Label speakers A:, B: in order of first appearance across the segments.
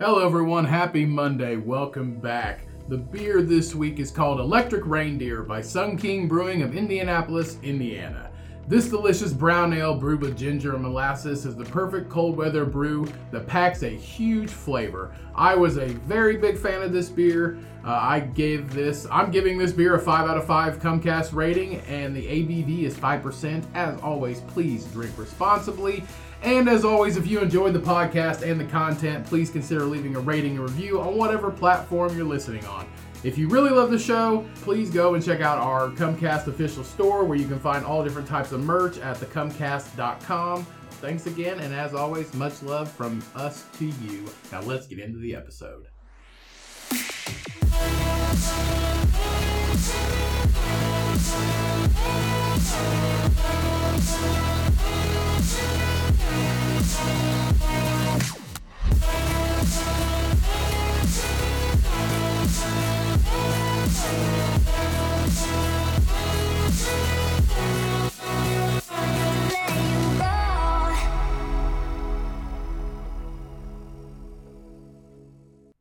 A: Hello, everyone. Happy Monday. Welcome back. The beer this week is called Electric Reindeer by Sun King Brewing of Indianapolis, Indiana. This delicious brown ale brewed with ginger and molasses is the perfect cold weather brew that packs a huge flavor. I was a very big fan of this beer. Uh, I gave this, I'm giving this beer a 5 out of 5 Comcast rating, and the ABV is 5%. As always, please drink responsibly. And as always, if you enjoyed the podcast and the content, please consider leaving a rating and review on whatever platform you're listening on. If you really love the show, please go and check out our Comcast official store where you can find all different types of merch at thecomcast.com. Thanks again, and as always, much love from us to you. Now let's get into the episode.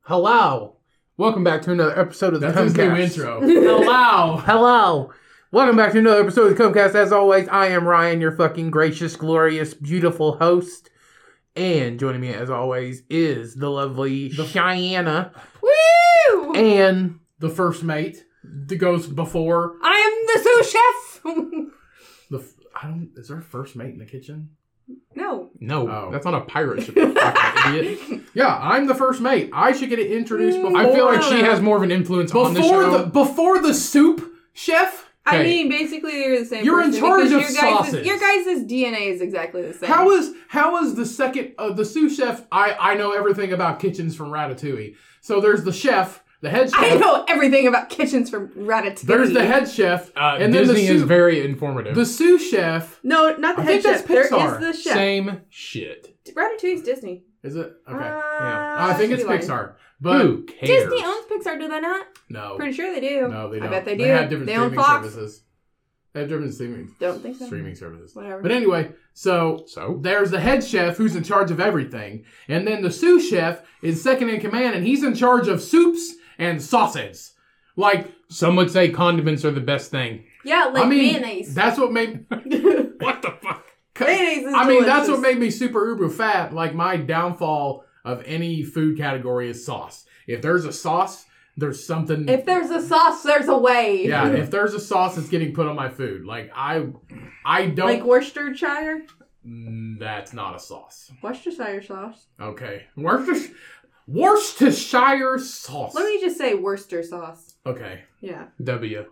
B: Hello.
A: Welcome back to another episode of the
C: That's his new
A: Comcast.
C: intro.
A: Oh, Hello.
B: Hello.
A: Welcome back to another episode of the Comcast. As always, I am Ryan, your fucking gracious, glorious, beautiful host. And joining me, as always, is the lovely
C: The-
A: Cheyenne
D: Woo!
A: and
C: the first mate that goes before
D: I am the sous chef.
C: the. f- I don't. Is there a first mate in the kitchen?
D: no.
A: No,
C: Oh.
A: that's on a pirate ship. you fucking idiot.
C: Yeah, I'm the first mate. I should get it introduced
D: Mm,
C: before.
A: I feel like she has more of an influence on the
C: before
A: show.
C: the, before the soup chef.
D: I
A: Okay.
D: mean, basically, they're the same.
C: You're in
D: person
C: charge
D: because
C: of
D: your guys'
C: sauces.
D: Your guys' DNA is exactly the same.
C: How is how is the second uh, the sous chef? I I know everything about kitchens from Ratatouille. So there's the chef, the head chef.
D: I know everything about kitchens from Ratatouille.
C: There's the head chef,
A: uh,
C: and then the
A: Disney
C: sous,
A: is very informative.
C: the sous chef.
D: No, not the
C: I
D: head
C: think that's
D: chef. There
C: Pixar.
D: is the chef.
A: Same shit.
D: Ratatouille's Disney.
C: Is it okay?
D: Uh,
C: yeah, I think it's
D: could be lying.
C: Pixar, but
A: Who cares?
D: Disney owns Pixar, do they not?
C: no,
D: Pretty sure they do.
C: No, they don't.
D: I bet they do.
C: have different
D: They own
C: streaming
D: Fox.
C: services. They have different streaming
D: Don't think so.
C: streaming services.
D: Whatever.
C: But anyway, so
A: So
C: there's the head chef who's in charge of everything, and then the sous chef is second in command, and he's in charge of soups and sauces. Like
A: some would say condiments are the best thing.
D: yeah, like
C: I mean,
D: mayonnaise.
C: that's what made.
A: What the fuck?
D: mayonnaise is
C: I mean, that's
D: delicious.
C: what made me super uber fat. Like my downfall of any food category is sauce. If there's a sauce, there's something.
D: If there's a sauce, there's a way.
C: yeah, if there's a sauce that's getting put on my food, like I, I don't.
D: Like Worcestershire,
C: Mm, That's not a sauce.
D: Worcestershire sauce.
C: Okay. Worcestershire, Worcestershire sauce.
D: Let me just say Worcester sauce.
C: okay.
D: Yeah.
A: W.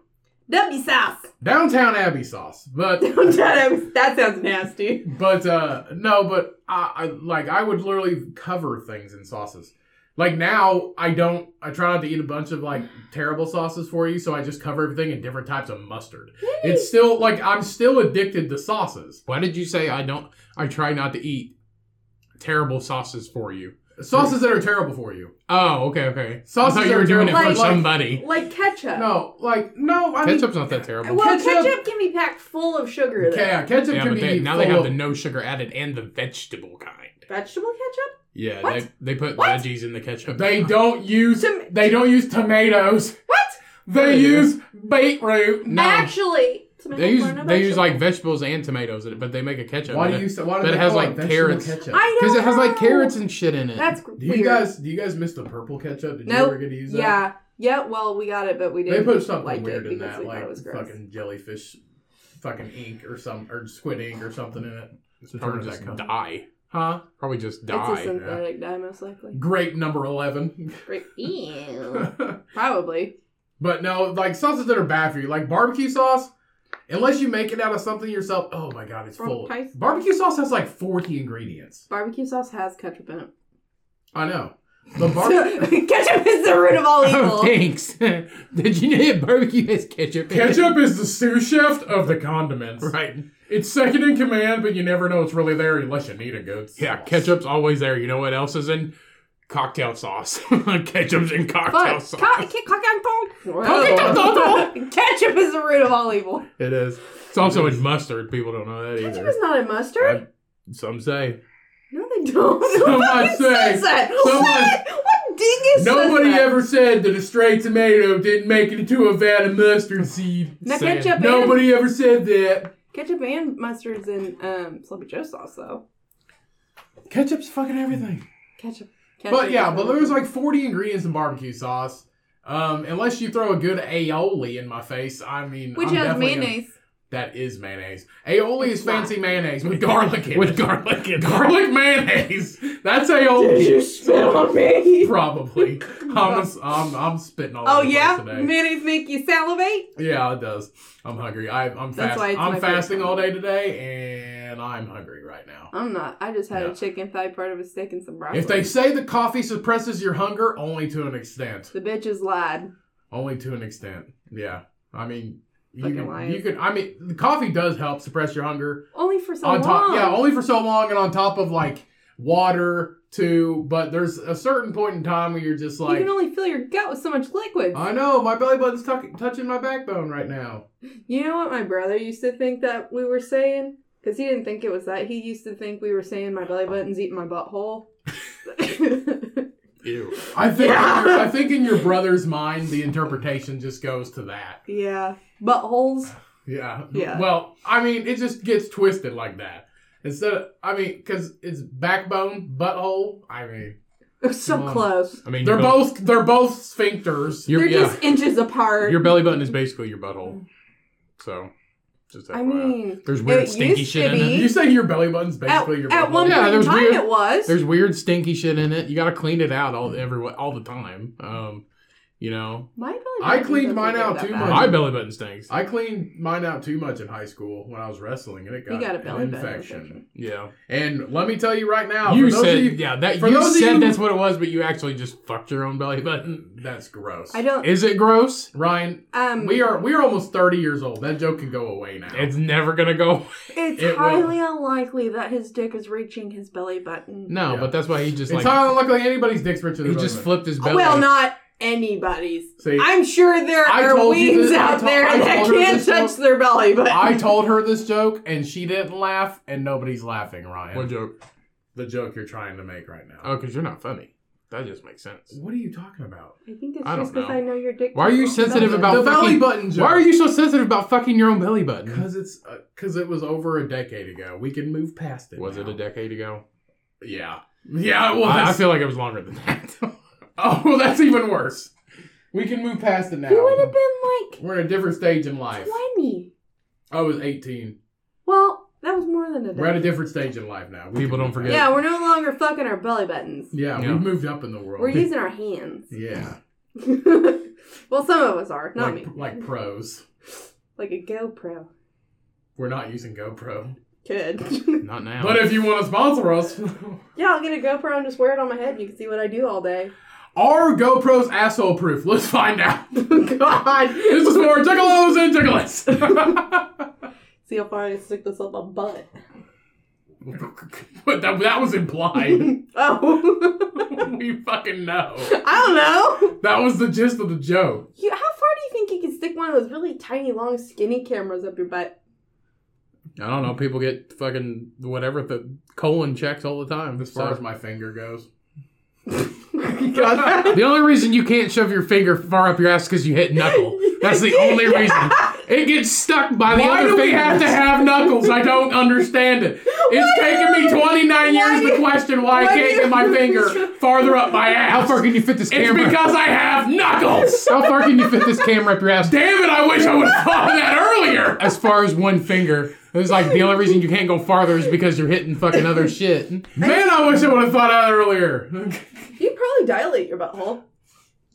D: W sauce.
C: Downtown Abbey sauce. But
D: that sounds nasty.
C: but uh no, but I, I like I would literally cover things in sauces. Like now I don't I try not to eat a bunch of like terrible sauces for you, so I just cover everything in different types of mustard. It's still like I'm still addicted to sauces.
A: Why did you say I don't? I try not to eat terrible sauces for you.
C: Sauces that are terrible for you.
A: Oh, okay, okay.
C: Sauces
A: I thought you were
C: are
A: doing it
D: terrible.
A: for
D: Like-
A: somebody.
D: Like ketchup.
C: No, like no, I mean
A: Ketchup's not that terrible.
D: Well,
C: Ketchup-
D: ketchup, can be packed full of sugar.
C: okay,
D: though.
C: yeah, ketchup
A: yeah,
C: can
A: but
C: be
A: they, now
C: full
A: they have
C: of-
A: the no sugar added and the vegetable kind.
D: Vegetable ketchup?
A: Yeah,
D: What?
A: they they put
D: What?
A: veggies in the ketchup.
C: They don't use
D: Tom-
C: they don't use tomatoes.
D: What?
C: They use beetroot.
A: No.
D: Actually, tomatoes
A: They use
D: aren't a
A: they use
D: vegetable.
A: like vegetables and tomatoes, in it, but they make a ketchup.
C: Why
A: in
C: do
A: it.
C: you? Why do
A: But
C: they
A: it has,
C: call
A: like,
C: vegetable
A: carrots.
C: Ketchup?
D: I don't
A: Because it has
D: know.
A: like carrots and shit in it.
D: That's
C: do you
D: weird.
C: guys do you guys miss the purple ketchup? Did you
D: Nope.
C: ever get to use that?
D: Yeah. Yeah. Well, we got it, but we
C: They
D: didn't.
C: put something
D: like
C: weird
D: it
C: in
D: because
C: that,
D: we thought
C: like
D: it was gross.
C: fucking jellyfish, fucking ink or some or squid ink or something in it. It's
A: probably just die.
C: Huh?
A: Probably just die.
D: It's a synthetic dye, most likely.
C: Grape number eleven.
D: Great. Ew. Probably.
C: But no, like sauces that are bad for you, like barbecue sauce. Unless you make it out of something yourself, oh my god, it's full.
D: Barbecue sauce?
C: Barbecue sauce has like forty ingredients.
D: Barbecue sauce has ketchup in it.
C: I know. The barbecue
D: ketchup is the root of all evil.
A: Oh, thanks. Did you know that barbecue has ketchup? in it?
C: Ketchup is the sous chef of the condiments.
A: right?
C: It's second in command, but you never know it's really there unless you need a good sauce.
A: Yeah, ketchup's always there. You know what else is in cocktail sauce? ketchup's in cocktail
D: Fuck.
A: sauce.
D: Ca- ca- ca-
C: ca-
D: ca-
A: ca-
D: ca- Ketchup is the root of all evil.
A: it is. It's also in mustard. People don't know that
D: Ketchup
A: either.
D: is not a mustard.
A: Some say
D: No, they don't.
C: Some
D: Nobody
C: might say-
D: says that.
C: some might-
D: what? What dingus?
C: Nobody
D: says that?
C: ever said that a stray tomato didn't make it into a vat of mustard seed.
D: Now,
A: Saying-
D: ketchup and
C: Nobody ever said that.
D: ketchup and mustard's in um, sloppy Joe sauce though.
C: Ketchup's fucking everything.
D: Ketchup. ketchup
C: But yeah,
D: is
C: but
D: in-
C: there's like 40 ingredients in barbecue sauce. Um, unless you throw a good aioli in my face, I mean,
D: which
C: I'm
D: has
C: definitely gonna-
D: mayonnaise.
C: that is mayonnaise. Aioli is
D: It's not.
C: fancy mayonnaise with garlic in
A: with
C: it.
A: garlic and
C: garlic mayonnaise. That's aioli,
D: spit on me?
C: probably. I'm, I'm, I'm spitting all
D: Oh
C: over the place
D: yeah,
C: today.
D: mayonnaise make you salivate.
C: Yeah, it does. I'm hungry. I, I'm
D: That's
C: fast.
D: why it's my
C: I'm
D: favorite
C: fasting
D: time.
C: all day today, and I'm hungry right now.
D: I'm not. I just had
C: Yeah.
D: a chicken thigh, part of a steak, and some broccoli.
C: If they say the coffee suppresses your hunger, only to an extent.
D: the bitches lied.
C: Only to an extent. Yeah. I mean, you
D: Fucking
C: can,
D: liars.
C: you can. I mean, the coffee does help suppress your hunger
D: Only for so
C: on
D: long.
C: top. Yeah, only for so long, and on top of like water too. But there's a certain point in time where you're just
D: you
C: like,
D: can only fill your gut with so much liquid.
C: I know my belly button's tuck- touching my backbone right now.
D: You know what my brother used to think that we were saying? Because he didn't think it was that. He used to think we were saying my belly button's eating my butthole.
A: ew.
C: I think.
D: Yeah.
C: I think in your brother's mind, the interpretation just goes to that.
D: yeah. Buttholes.
C: Yeah.
D: Yeah.
C: Well, I mean, it just gets twisted like that. Instead of, I mean, because it's backbone, butthole. I mean,
D: So
C: Come on.
D: close.
A: I mean,
C: they're
A: your bu-
C: both they're both sphincters.
A: Your,
D: They're
A: yeah,
D: just inches apart.
A: your belly button is basically your butthole. So, just that.
D: I mean,
A: there's weird
D: it
A: stinky
D: used
A: shit
D: to
A: in
D: be-
A: it.
C: you say your belly button's
D: at,
C: basically your butthole.
D: at one
A: Yeah,
D: point in
A: there's
D: time
A: weird-
D: it was.
A: There's weird stinky shit in it. You got to clean it out all every all the time. Um, you know,
D: My belly
C: I
D: button
C: cleaned
D: doesn't
C: mine
D: go
C: out
D: that
C: too
D: bad.
C: much.
A: my belly button stinks.
C: I cleaned mine out too much in high school when I was wrestling, and it got,
D: You got a
C: an
D: belly button
C: infection.
D: infection.
A: Yeah,
C: And let me tell you right now,
A: you
C: for those
A: said
C: of you,
A: yeah that
C: for
A: you
C: those of
A: said
C: you-
A: that's what it was, but you actually just fucked your own belly button.
C: that's gross.
D: I don't.
A: Is it gross?
C: Ryan,
D: Um,
C: we are we are almost thirty years old. That joke can go away now.
A: It's never gonna go.
D: It's
C: it will.
D: highly unlikely that his dick is reaching his belly button.
A: No,
C: Yeah.
A: but that's why he just
C: it's
A: like
C: not unlikely anybody's dick's richer than
A: he just
C: mine.
A: flipped his belly.
D: Well, not anybody's.
C: See,
D: I'm sure there
C: I
D: are
C: told you
D: weens
C: this- I
D: out
C: told-
D: there
C: I
D: that
C: told her
D: can't
C: this one.
D: touch their belly button.
C: I told her this joke and she didn't laugh, and nobody's laughing, Ryan.
A: What joke?
C: the joke you're trying to make right now.
A: Oh, because you're not funny. That just makes sense.
C: What are you talking about?
D: I think it's
A: I don't
D: just because
A: know.
D: I know your dick.
A: Why are you
D: too.
A: sensitive
D: That's
A: about
C: the belly
A: fucking-
C: button joke.
A: Why are you so sensitive about fucking your own belly button?
C: Because it's because it was over a decade ago. We can move past it.
A: Was it a decade ago?
C: decade? Yeah, yeah, it was.
A: I, I feel like it was longer than that.
C: oh, well, that's even worse. We can move past it now.
D: it. You would have been
C: We're in a different stage in life.
D: like twenty.
C: I was 18.
D: Well, that was more than a
C: We're at a
D: day.
C: different stage in life now.
A: People
C: can
A: don't
C: move
A: forget.
C: past
D: Yeah, we're no longer fucking our belly buttons.
C: it. Yeah,
A: Yeah.
C: we've moved up in the world.
D: We're using our hands.
C: yeah,
D: well, some of us are, not
C: like
D: me.
C: like pros.
D: Like a GoPro.
C: We're not using GoPro.
D: Good.
A: Not now.
C: But if you want to sponsor us,
D: yeah, I'll get a GoPro and just wear it on my head. and You can see what I do all day.
C: are GoPros asshole proof? Let's find out.
D: God.
C: This is more Juggalos and Juggalas.
D: See how far I can stick this up my butt.
C: but that, that was implied.
D: Oh.
C: we fucking know.
D: I don't know.
C: That was the gist of the joke.
D: You, how far do you think you can stick one of those really tiny, long, skinny cameras up your butt?
A: I don't know. People get fucking whatever the colon checks all the time.
C: As far
A: So-
C: as my finger goes.
A: the only reason you can't shove your finger far up your ass because you hit knuckle. That's the only reason. It gets stuck by the
C: Why
A: other
C: do we
A: fingers.
C: have to have knuckles? I don't understand it. It's taken me 29
D: why
C: years
D: do-
C: to question why,
D: why
C: I can't
D: do-
C: get my finger farther up my ass.
A: How far can you fit this
C: It's
A: camera?
C: because I have knuckles.
A: How far can you fit this camera up your ass?
C: Damn it, I wish I would have thought of that earlier.
A: As far as one finger. It's like the only reason you can't go farther is because you're hitting fucking other shit.
C: Man, I wish I would have thought out earlier.
D: You probably dilate your butthole.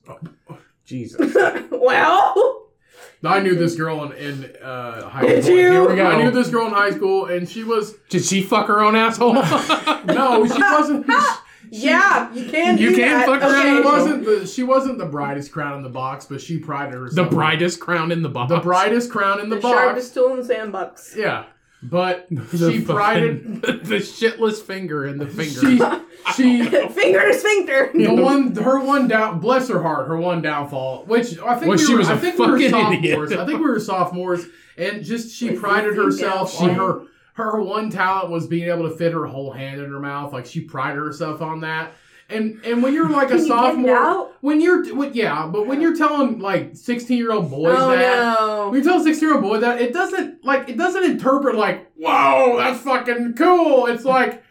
A: Jesus.
D: well,
C: I knew this girl in, in uh,
A: Oh,
C: high
D: Did
C: school.
D: you?
C: Here we go.
A: No.
C: I knew this girl in high school, and she was
A: Did she fuck her own asshole?
C: no, she wasn't.
D: yeah, you can.
A: You
D: do
A: can
D: that.
A: fuck
C: She
A: around
D: okay.
A: with-
C: wasn't the she wasn't the brightest crown in the box, but she prided
A: the
C: herself.
A: brightest crown in the box.
C: the brightest crown in the,
D: The
C: box.
D: sharpest tool in the sandbox.
C: Yeah, but
A: The
C: she prided
A: fucking- the shitless finger in the finger.
C: she she
D: Finger to sphincter.
C: the one her one down bless her heart her one downfall which I think we
A: Well, she
C: were,
A: was
C: I
A: a
C: think we were
A: fucking
C: sophomores
A: idiot.
C: I think we were sophomores and just she
D: Was
C: prided
D: this the
C: herself
D: downfall?
C: on her her one talent was being able to fit her whole hand in her mouth. Like she prided herself on that. And and when you're like
D: Can
C: a
D: you get it
C: sophomore,
D: out?
C: when you're when, yeah, but when you're telling like 16 year old boys
D: Oh
C: that.
D: no.
C: When you tell a six-year-old boy that it doesn't like it doesn't interpret like whoa that's fucking cool. It's like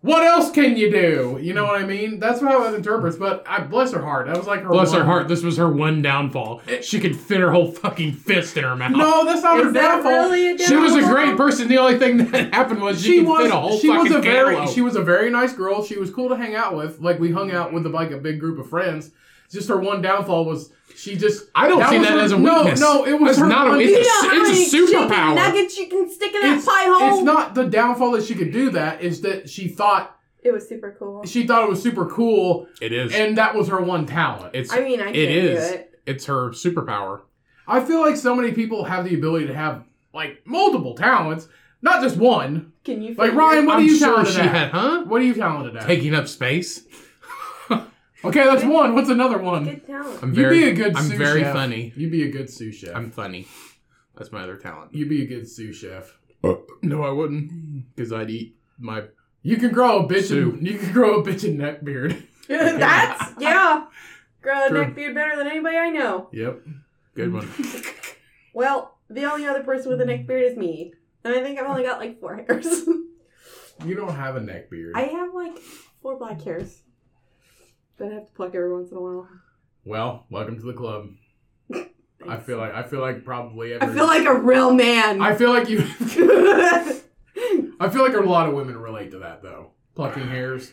C: what else can you do? You know what I mean? That's how it interprets. But I bless her heart. That was like her.
A: Bless
C: one-
A: her heart, this was her one downfall. She could fit her whole fucking fist in her mouth.
C: No, that's not her
D: Is that
C: downfall.
D: really a
A: She was a
D: downfall?
A: great person. The only thing that happened was
C: she
A: she, could
C: was
A: fit a whole
C: she
A: fucking
C: was a very
A: cantaloupe.
C: she was a very nice girl. She was cool to hang out with. Like we hung out with like a big group of friends. Just her one downfall was she just.
A: I don't
C: that
A: see
C: was
A: that
C: her-
A: as a
C: no,
A: weakness.
C: No, it was
A: That's
C: her
A: not a-
C: one-
A: it's a
D: You know how
A: it's a
D: many chicken
A: superpower.
D: Nuggets you can stick in that
C: It's-
D: pie hole.
C: It's not the downfall that she could do that. Is that she thought
D: it was super cool.
C: she thought it was super cool,
A: It is.
C: and that was her one talent.
A: it's
D: I mean, I can't
A: it is.
D: do it.
A: It's her superpower.
C: I feel like so many people have the ability to have like multiple talents, not just one.
D: Can you?
C: Like,
D: figure-
C: Ryan, what
A: I'm
C: are you
A: sure
C: talented
A: she
C: at?
A: had, huh?
C: What are you talented at?
A: Taking up space.
C: Okay, that's one. What's another one?
D: Good talent.
A: I'm
C: You'd
A: very.
C: be a good.
A: I'm
C: sous
A: very
C: chef.
A: funny.
C: You'd be a good sous chef.
A: I'm funny. That's my other talent.
C: You'd be a good sous chef.
A: No, I wouldn't, because I'd eat my.
C: You can grow a bitch.
A: Sue.
C: And, you can grow a bitch and neck beard.
D: That's yeah. Grow a
C: True.
D: neck beard better than anybody I know.
C: Yep.
A: Good one.
D: Well, the only other person with a neck beard is me, and I think I've only got like four hairs.
C: You don't have a neck beard.
D: I have like four black hairs that I have to pluck every once in a while.
C: well, welcome to the club. I
D: Thanks.
C: feel like I feel like probably
D: I
C: every.
D: feel like a real man.
C: I feel like you.
D: Woo.
C: I feel like a lot of women relate to that though. Plucking hairs.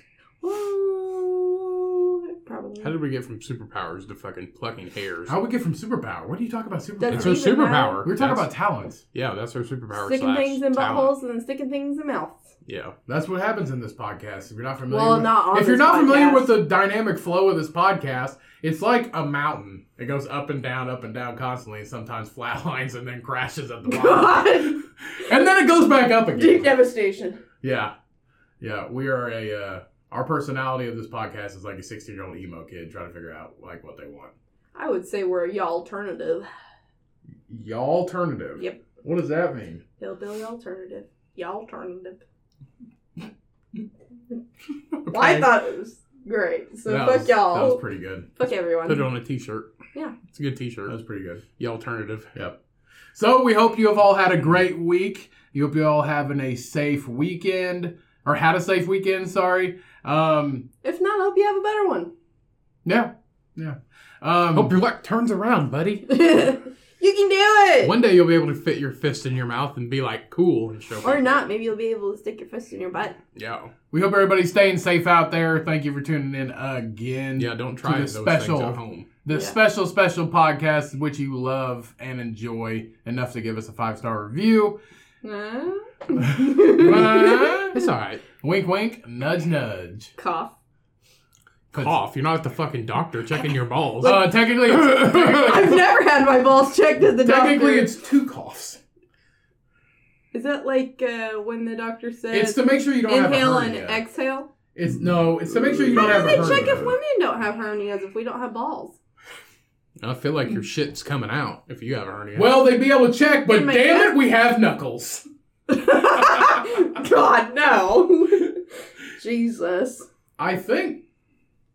D: Probably.
A: How did we get from superpowers to fucking plucking hairs?
C: How we get from superpower? What are you talking about
A: it's
C: superpower?
A: her
D: Doesn't even
A: superpower.
D: matter.
C: We're talking
A: That's-
C: about talents.
A: yeah, that's her superpower.
D: Sticking
A: slash
D: things in
A: talent.
D: buttholes and then sticking things in mouths.
A: Yeah,
C: That's what happens in this podcast. If you're not familiar,
D: Well,
C: with,
D: not on
C: if you're
D: this
C: not familiar
D: podcast.
C: with the dynamic flow of this podcast, it's like a mountain. It goes up and down, up and down constantly, and sometimes flatlines and then crashes at the bottom,
D: God,
C: and then it goes back up
D: deep
C: again.
D: devastation.
C: Yeah, yeah. We are a uh, our personality of this podcast is like a 16 year old emo kid trying to figure out like what they want.
D: I would say we're a y'all alternative.
C: Y'all alternative.
D: Yep.
C: What does that mean?
D: Hillbilly alternative. Y'all alternative. Well, I thought it was great. So
C: That
D: fuck
C: was- That
D: y'all.
C: was pretty good.
D: fuck everyone.
A: put it on a t-shirt.
D: Yeah.
A: it's a good
C: That
A: t-shirt.
C: was pretty good.
A: The alternative.
C: Yep. So we hope you have all had a great week. You hope you all having a safe weekend or had a safe weekend. Sorry. Um.
D: If not, I hope you have a better one.
C: Yeah. Yeah. Um.
A: Hope your luck turns around, buddy.
D: you can do it.
A: One day you'll be able to fit your fist in your mouth and be like cool and show.
D: or
A: people.
D: not. Maybe you'll be able to stick your fist in your butt.
A: Yeah,
C: we hope everybody's staying safe out there. Thank you for tuning in again.
A: yeah. Don't try
C: the
A: those
C: special-
A: things at home.
C: The
D: Yeah.
C: special, special podcast which you love and enjoy enough to give us a five star review.
A: it's all right.
C: wink, wink. Nudge, nudge.
D: Cough.
A: Cough. You're not at the fucking doctor checking your balls.
C: Uh, technically, it's,
D: I've never had my balls checked at the
C: technically,
D: doctor.
C: it's two coughs.
D: Is that like uh, when the doctor
C: It's
D: says
C: to make sure you don't
D: inhale
C: have a
D: and
C: hernia.
D: exhale?
C: It's no. It's to make sure you
D: How
C: don't have
D: do
C: a
D: they
C: hernia.
D: check if women don't have hernias if we don't have balls?
A: I feel like
D: Mm.
A: your shit's coming out if you have a hernia.
C: Well, they'd be able to check, but
D: In my
C: damn
D: head?
C: it, we have knuckles.
D: God, no. Jesus.
C: I think.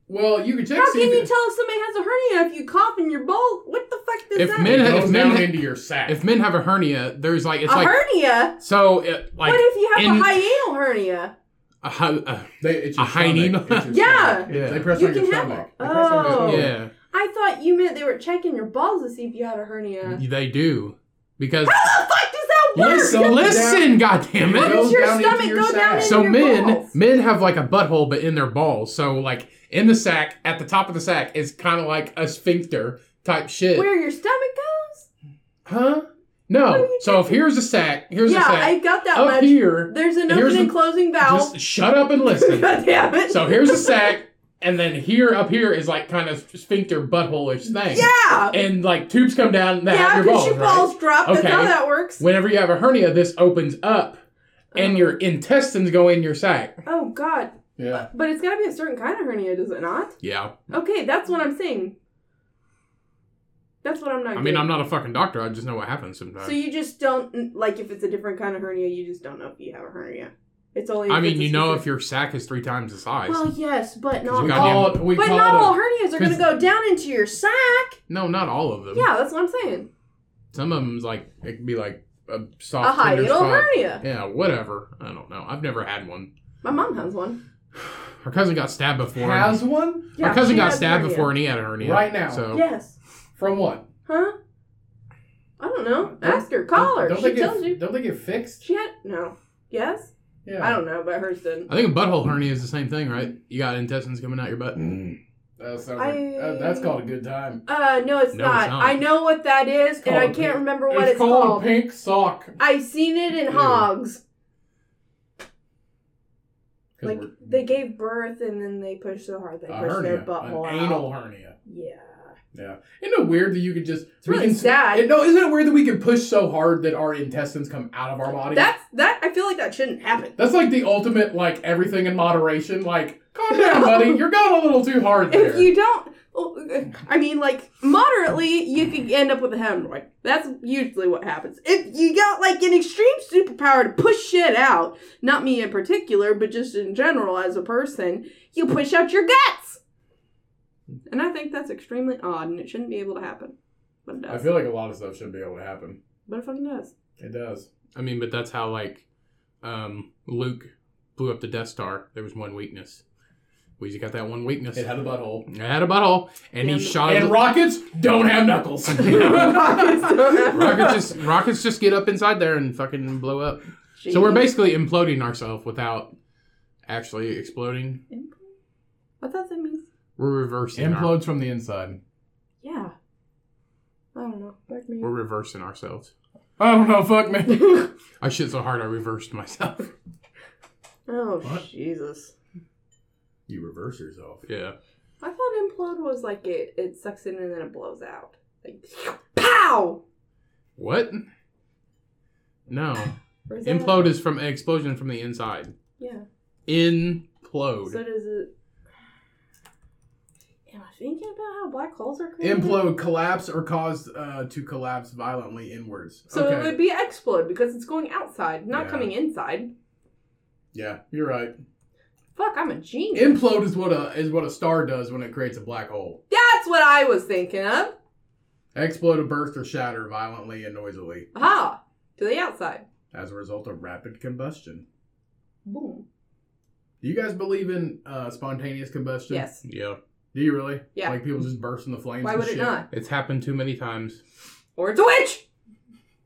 C: Well, you can check.
D: How
C: see
D: can you
C: if
D: tell if somebody has a hernia if you cough in your ball? What the fuck does
A: If
D: that
A: men
C: it
A: have-
D: mean?
C: goes
A: If
C: down
A: men-
C: into your sack?
A: if men have a hernia, there's like it's
D: A
A: like
D: hernia?
A: so it, like
D: what if you have
A: in-
D: a hiatal hernia?
A: a, hu- uh,
C: they, it's
A: a
C: your stomach.
A: hiney-
C: It's your
D: Yeah.
C: stomach. It's- They press
D: You
C: on your
D: can have
C: stomach.
D: it.
C: They press on your
D: Oh.
C: stomach.
A: yeah,
D: I thought you meant they were checking your balls to see if you had a hernia.
A: they do because
D: How the fuck does that work?
A: listen,
C: It goes
A: listen, goddamn
D: How
A: it.
C: It
D: does
C: goes
D: your
C: down into
D: stomach
C: your
D: go
C: sack.
D: down into
A: So
D: your
A: men
D: balls?
A: men have like a butthole, but in their balls. So like in the sack, at the top of the sack is kind of like a sphincter type shit,
D: Where your stomach goes?
A: huh?
D: What are
A: No.
D: you
A: So if here's a sack, here's a
D: yeah,
A: sack
D: I got that
A: up
D: much.
A: here.
D: There's an
A: Here's
D: open and
A: the-
D: closing valve.
A: Just shut up and listen.
D: God damn it.
A: So here's a sack, and then here up here is like kind of sphincter butthole-ish thing.
D: yeah.
A: And like tubes come down and that
D: yeah,
A: have your
D: because
A: balls.
D: your
A: right?
D: balls drop. That's
A: Okay.
D: how that works.
A: Whenever you have a hernia, this opens up and your intestines go in your sack.
D: Oh God!
C: Yeah.
D: But it's got to be a certain kind of hernia, does it not?
A: Yeah.
D: Okay, that's what I'm saying. That's what I'm not.
A: I mean,
D: getting.
A: I'm not a fucking doctor. I just know what happens sometimes.
D: So you just don't like if it's a different kind of hernia, you just don't know if you have a hernia. It's only.
A: I
D: if
A: mean,
D: it's a
A: you know, if
D: specific-
A: your sack is three times the size.
D: Well, yes, but
A: you
D: not
C: We
A: got goddamn-
D: all.
C: call it. We
D: But
C: call
D: not
C: it a-
D: all hernias are going to
A: 'cause-
D: go down into your sack.
A: no, not all of them.
D: Yeah, that's what I'm saying.
A: Some of them's like it could be like a soft
D: A
A: tender
D: hiatal
A: spot.
D: hernia.
A: Yeah, whatever. I don't know. I've never had one.
D: My mom has one.
A: Her cousin got stabbed before.
C: Has one
D: Yeah,
A: Her cousin
D: she
A: got
D: has
A: stabbed
D: hernia.
A: before, and he had a hernia.
C: Right now.
A: So
D: Yes.
C: from what?
D: Huh? I don't know. Ask her. Call her.
C: Don't
D: She
C: they get,
D: tells you.
C: Don't they get fixed?
D: She had no. Yes.
C: Yeah.
D: I don't know, but hers didn't.
A: I think a butthole hernia is the same thing, right? You got intestines coming out your butt.
C: Mm. That sounds
D: I-
C: like, that- that's called a good time.
D: Uh, no,
A: No, it's
D: it's, not.
A: not.
D: I know what that is, and
C: called
D: I
C: a
D: can't
C: pink-
D: remember what it's,
C: called,
D: called.
C: a pink sock.
D: I've seen it in
A: Ew.
D: hogs.
C: 'Cause
D: Like
C: we're-
D: they gave birth and then they pushed so hard they
C: a
D: pushed
C: hernia,
D: their butthole
C: an
D: out.
C: anal hernia.
D: Yeah,
C: Yeah. Isn't it weird that you could just?
D: it's really
C: can,
D: sad.
C: It- no, isn't it weird that we could push so hard that our intestines come out of our body?
D: That's that. I feel like that shouldn't happen.
C: That's like the ultimate, like everything in moderation. Like, calm down, buddy. You're going a little too hard there.
D: If you don't, oh, I mean, like moderately, you could end up with a hemorrhoid. That's usually what happens. If you got like an extreme superpower to push shit out, not me in particular, but just in general as a person, you push out your guts. And I think that's extremely odd, and it shouldn't be able to happen. But it
C: I
D: does.
C: feel like a lot of stuff should be able to happen.
D: but it fucking does.
C: It does.
A: I mean, but that's how like um, Luke blew up the Death Star. There was one weakness. We just got that one weakness.
C: It had a butthole.
A: I had a butthole, and he
D: Yeah,
A: shot.
C: And
A: it.
C: rockets don't have knuckles.
A: rockets just rockets just get up inside there and fucking blow up. So we're basically imploding ourselves without actually exploding.
D: I thought that means.
A: We're reversing. our-
C: Implodes from the inside.
D: Yeah. I don't know. Fuck me.
A: we're reversing ourselves.
C: I don't know. Fuck me.
A: I shit so hard I reversed myself.
D: oh
C: What?
D: Jesus!
C: You reverse yourself.
A: yeah.
D: I thought implode was like it it sucks in and then it blows out. Like pow.
A: What? No.
D: Or is that-
A: Implode is from explosion from the inside.
D: Yeah.
A: Implode.
D: So does it? Am I thinking about how black holes are created?
C: Implode, collapse, or caused uh, to collapse violently inwards.
D: So
C: okay.
D: it would be explode because it's going outside, not
C: Yeah.
D: coming inside.
C: yeah, you're right.
D: Fuck, I'm a genius.
C: Implode is what a is what a star does when it creates a black hole.
D: That's what I was thinking of.
C: Explode, a burst, or shatter violently and noisily
D: Aha! To the outside.
C: as a result of rapid combustion.
D: Boom.
C: Do you guys believe in uh, spontaneous combustion?
D: Yes.
A: yeah.
C: Do you really?
D: Yeah.
C: Like people just burst in the flames.
D: Why
C: and
D: would it
C: shit?
D: not?
A: It's happened too many times.
D: Or it's a witch.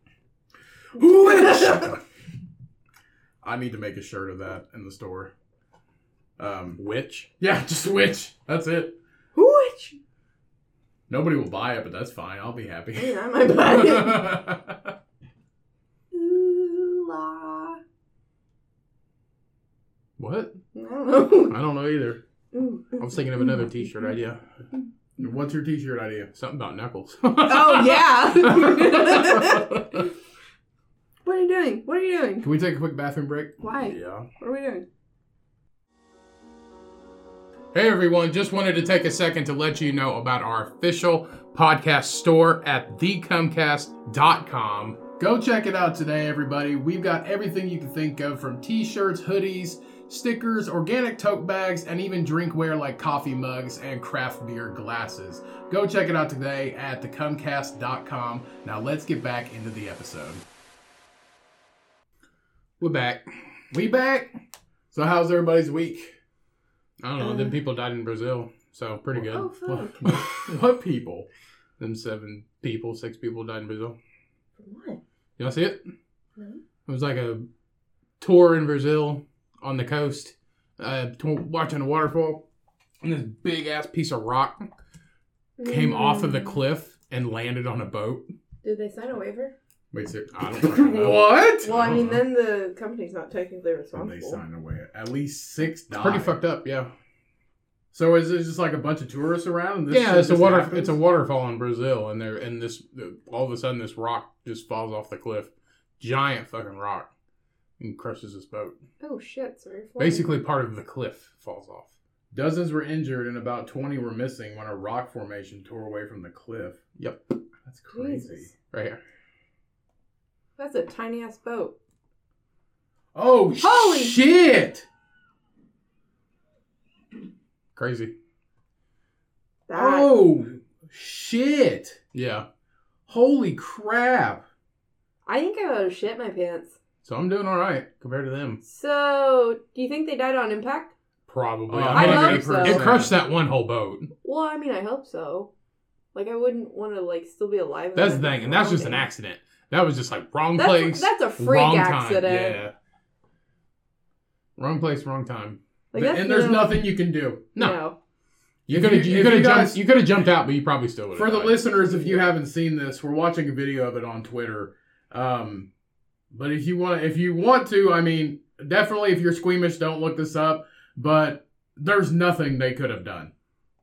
C: Witch! I need to make a shirt of that in the store. Um,
A: Which?
C: yeah, just witch. That's it.
D: Witch.
C: Nobody will buy it, but that's fine. I'll be
D: I
C: happy.
D: mean, I might buy it.
C: That's
D: Ooh, la. I
A: What?
D: don't know.
A: I don't know either.
D: Ooh.
A: I was thinking of another T-shirt idea.
C: What's your T-shirt idea?
A: Something about knuckles.
D: Oh yeah.
C: Can
D: what are you doing? What are you doing?
C: we take a quick bathroom break?
D: Why?
A: yeah.
D: What are we doing?
A: Hey everyone, just wanted to take a second to let you know about our official podcast store at thecomcast.com.
C: Go check it out today, everybody. We've got everything you can think of from T-shirts, hoodies, stickers, organic tote bags, and even drinkware like coffee mugs and craft beer glasses. Go check it out today at thecumcast.com. Now let's get back into the episode.
A: We're back.
C: We back. So how's everybody's week?
A: I don't know, them people died in Brazil, so pretty good.
D: Oh fuck.
C: what people?
A: Them seven people, six people died in Brazil.
D: What?
A: Y'all see it?
D: No.
A: It was like a tour in Brazil on the coast, uh, to- watching a waterfall, and this big ass piece of rock came off of the
D: Mm-hmm.
A: cliff and landed on a boat.
D: Did they sign a waiver?
C: Wait, so
A: I don't fucking know.
C: what?
D: Well, I mean,
A: Uh-huh.
D: then the company's not technically responsible.
C: They signed away at least six
A: It's
C: died.
A: pretty fucked up, yeah.
C: So is it just like a bunch of tourists around? And this
A: yeah,
C: shit
A: it's a
C: just
A: water.
C: happens?
A: It's a waterfall in Brazil, and there and this all of a sudden this rock just falls off the cliff, giant fucking rock, and crushes this boat.
D: Oh shit! Sorry.
A: Basically, part of the cliff falls off.
C: Dozens were injured and about 20 were missing when a rock formation tore away from the cliff.
A: Yep.
C: That's crazy.
D: Jesus.
A: Right here.
D: That's a tiny ass boat.
C: Oh,
D: Holy-
C: shit! Crazy.
D: That,
C: Oh, shit!
A: Yeah.
C: Holy crap!
D: I think I would have shit my pants.
A: So I'm doing all right compared to them.
D: So, do you think they died on impact?
A: Probably.
C: Oh,
A: I'm
D: I
A: not
D: hope
A: gonna-
D: so.
A: It crushed that one whole boat.
D: Well, I mean, I hope so. Like, I wouldn't want to like still be alive.
A: That's the
D: when
A: thing, and that's just an
D: drowning.
A: accident. That was just like wrong
D: That's,
A: place,
D: that's a freak
A: wrong
D: accident.
A: time. Yeah. Wrong place, wrong time.
D: Like,
C: Th-
D: that's
C: and there's
D: no-
C: nothing you can do.
A: No. You
C: If
A: could have
C: you-
A: you,
C: if
A: could
C: you
A: have jumped
C: guys-
A: you could have jumped out, but you probably still would.
C: For the listeners, if you haven't seen this, we're watching a video of it on Twitter. Um, but if you want, if you want to, I mean, definitely, if you're squeamish, don't look this up. But there's nothing they could have done.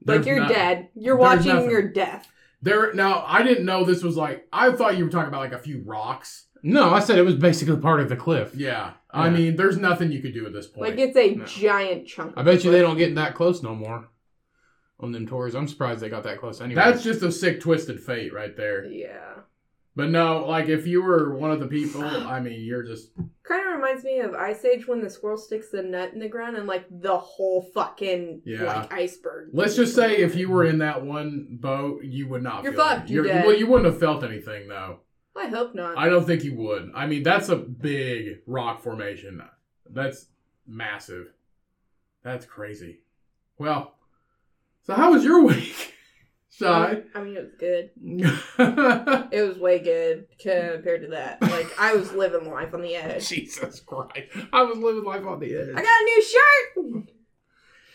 D: Like
C: There's
D: you're
C: no-
D: dead. You're
C: There's
D: watching
C: nothing.
D: your death.
C: There now, I didn't know this was like. I thought you were talking about like a few rocks.
A: No, I said it was basically part of the cliff.
C: Yeah, I
A: Yeah.
C: mean, there's nothing you could do at this point.
D: Like it's a
A: No.
D: giant chunk.
A: I bet you they
D: of-
A: don't get that close no more on them tours. I'm surprised they got that close anyway.
C: That's just a sick, twisted fate right there.
D: Yeah.
C: But no, like if you were one of the people, I mean, you're just
D: Kind of reminds me of Ice Age when the squirrel sticks the nut in the ground and like the whole fucking
C: Yeah.
D: like iceberg.
C: Let's just say if you were in that one boat, you would not.
D: You're
C: feel
D: fucked,
C: it.
D: you're dead.
C: Well, you wouldn't have felt anything though.
D: I hope not.
C: I don't think you would. I mean, that's a big rock formation. That's massive. That's crazy. Well, so how was your week, Shy?
D: I mean, it was good.
C: Jesus
D: It was way good compared to that. Like I was living life on the edge.
C: Christ! I was living life on the
D: I
C: edge.
D: got a new shirt.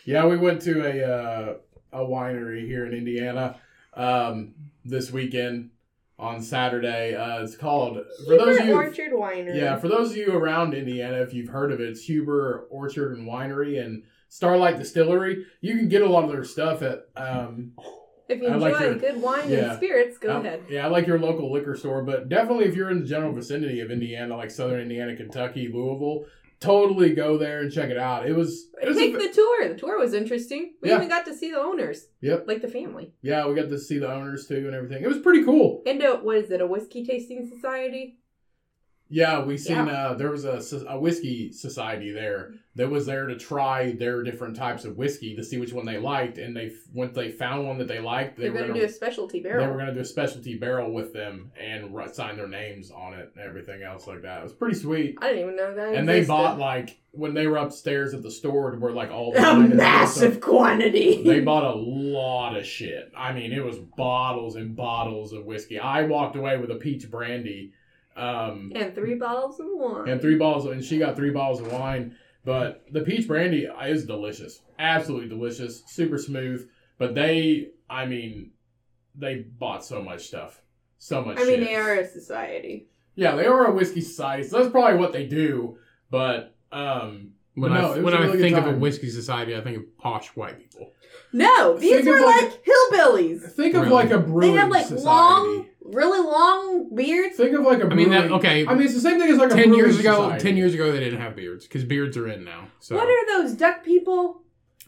C: Yeah, we went to a uh, a winery here in Indiana um, this weekend on Saturday. Uh, it's called for those of
D: Super
C: you
D: Orchard Winery.
C: Yeah, for those of you around Indiana, if you've heard of it, it's Huber Orchard and Winery and Starlight Distillery. You can get a lot of their stuff at um
D: if you
C: I
D: enjoy
C: like your-
D: good wine
C: yeah.
D: and spirits, go
C: um,
D: ahead.
C: yeah, like your local liquor store, but definitely if you're in the general vicinity of Indiana, like Southern Indiana, Kentucky, Louisville, totally go there and check it out. It was, it was a
D: Take
C: ve-
D: the tour. The tour was interesting. We
C: Yeah.
D: even got to see the owners.
C: Yep.
D: Like the family.
C: yeah, we got to see the owners too and everything. It was pretty cool.
D: And uh, what is it? A whiskey tasting society?
C: Yeah, we seen uh there was a, s- a whiskey society there that was there to try their different types of whiskey to see which one they liked, and they f- once they found one that they liked, they
D: They're
C: were
D: going to
C: gonna
D: do a specialty
C: They were
D: barrel.
C: going to do a specialty barrel with them and ri- sign their names on it and everything else like that. It was pretty sweet.
D: I didn't even know that.
C: And they
D: existed.
C: bought like when they were upstairs at the store, where like all the
D: a
C: wine and
D: massive
C: stuff,
D: quantity.
C: They bought a lot of shit. I mean, it was bottles and bottles of whiskey. I walked away with a peach brandy, um,
D: and three bottles of wine.
C: and three bottles, and she got three bottles of wine. But the peach brandy is delicious, absolutely delicious, super smooth. But they, I mean, they bought so much stuff, so much.
D: I mean,
C: shit.
D: they are a society.
C: Yeah, they are a whiskey society, so that's probably what they do. But um, but
A: when I
C: no, it was
A: when
C: a
A: I
C: really good
A: think of a
C: time.
A: whiskey society, I think of posh white people.
D: No, these
C: Think
D: were
C: of,
D: like,
C: like-
D: hillbillies.
C: think of
A: Really?
C: like a brewing
D: They had like
C: society.
D: long, really long beards.
C: Think of like a.
A: I mean that
C: brewing-
A: okay.
C: I mean, it's the same thing as like a
A: ten years
C: brewing
A: ago,
C: society.
A: ten years ago they didn't have beards because beards are in now. So
D: What are those duck people?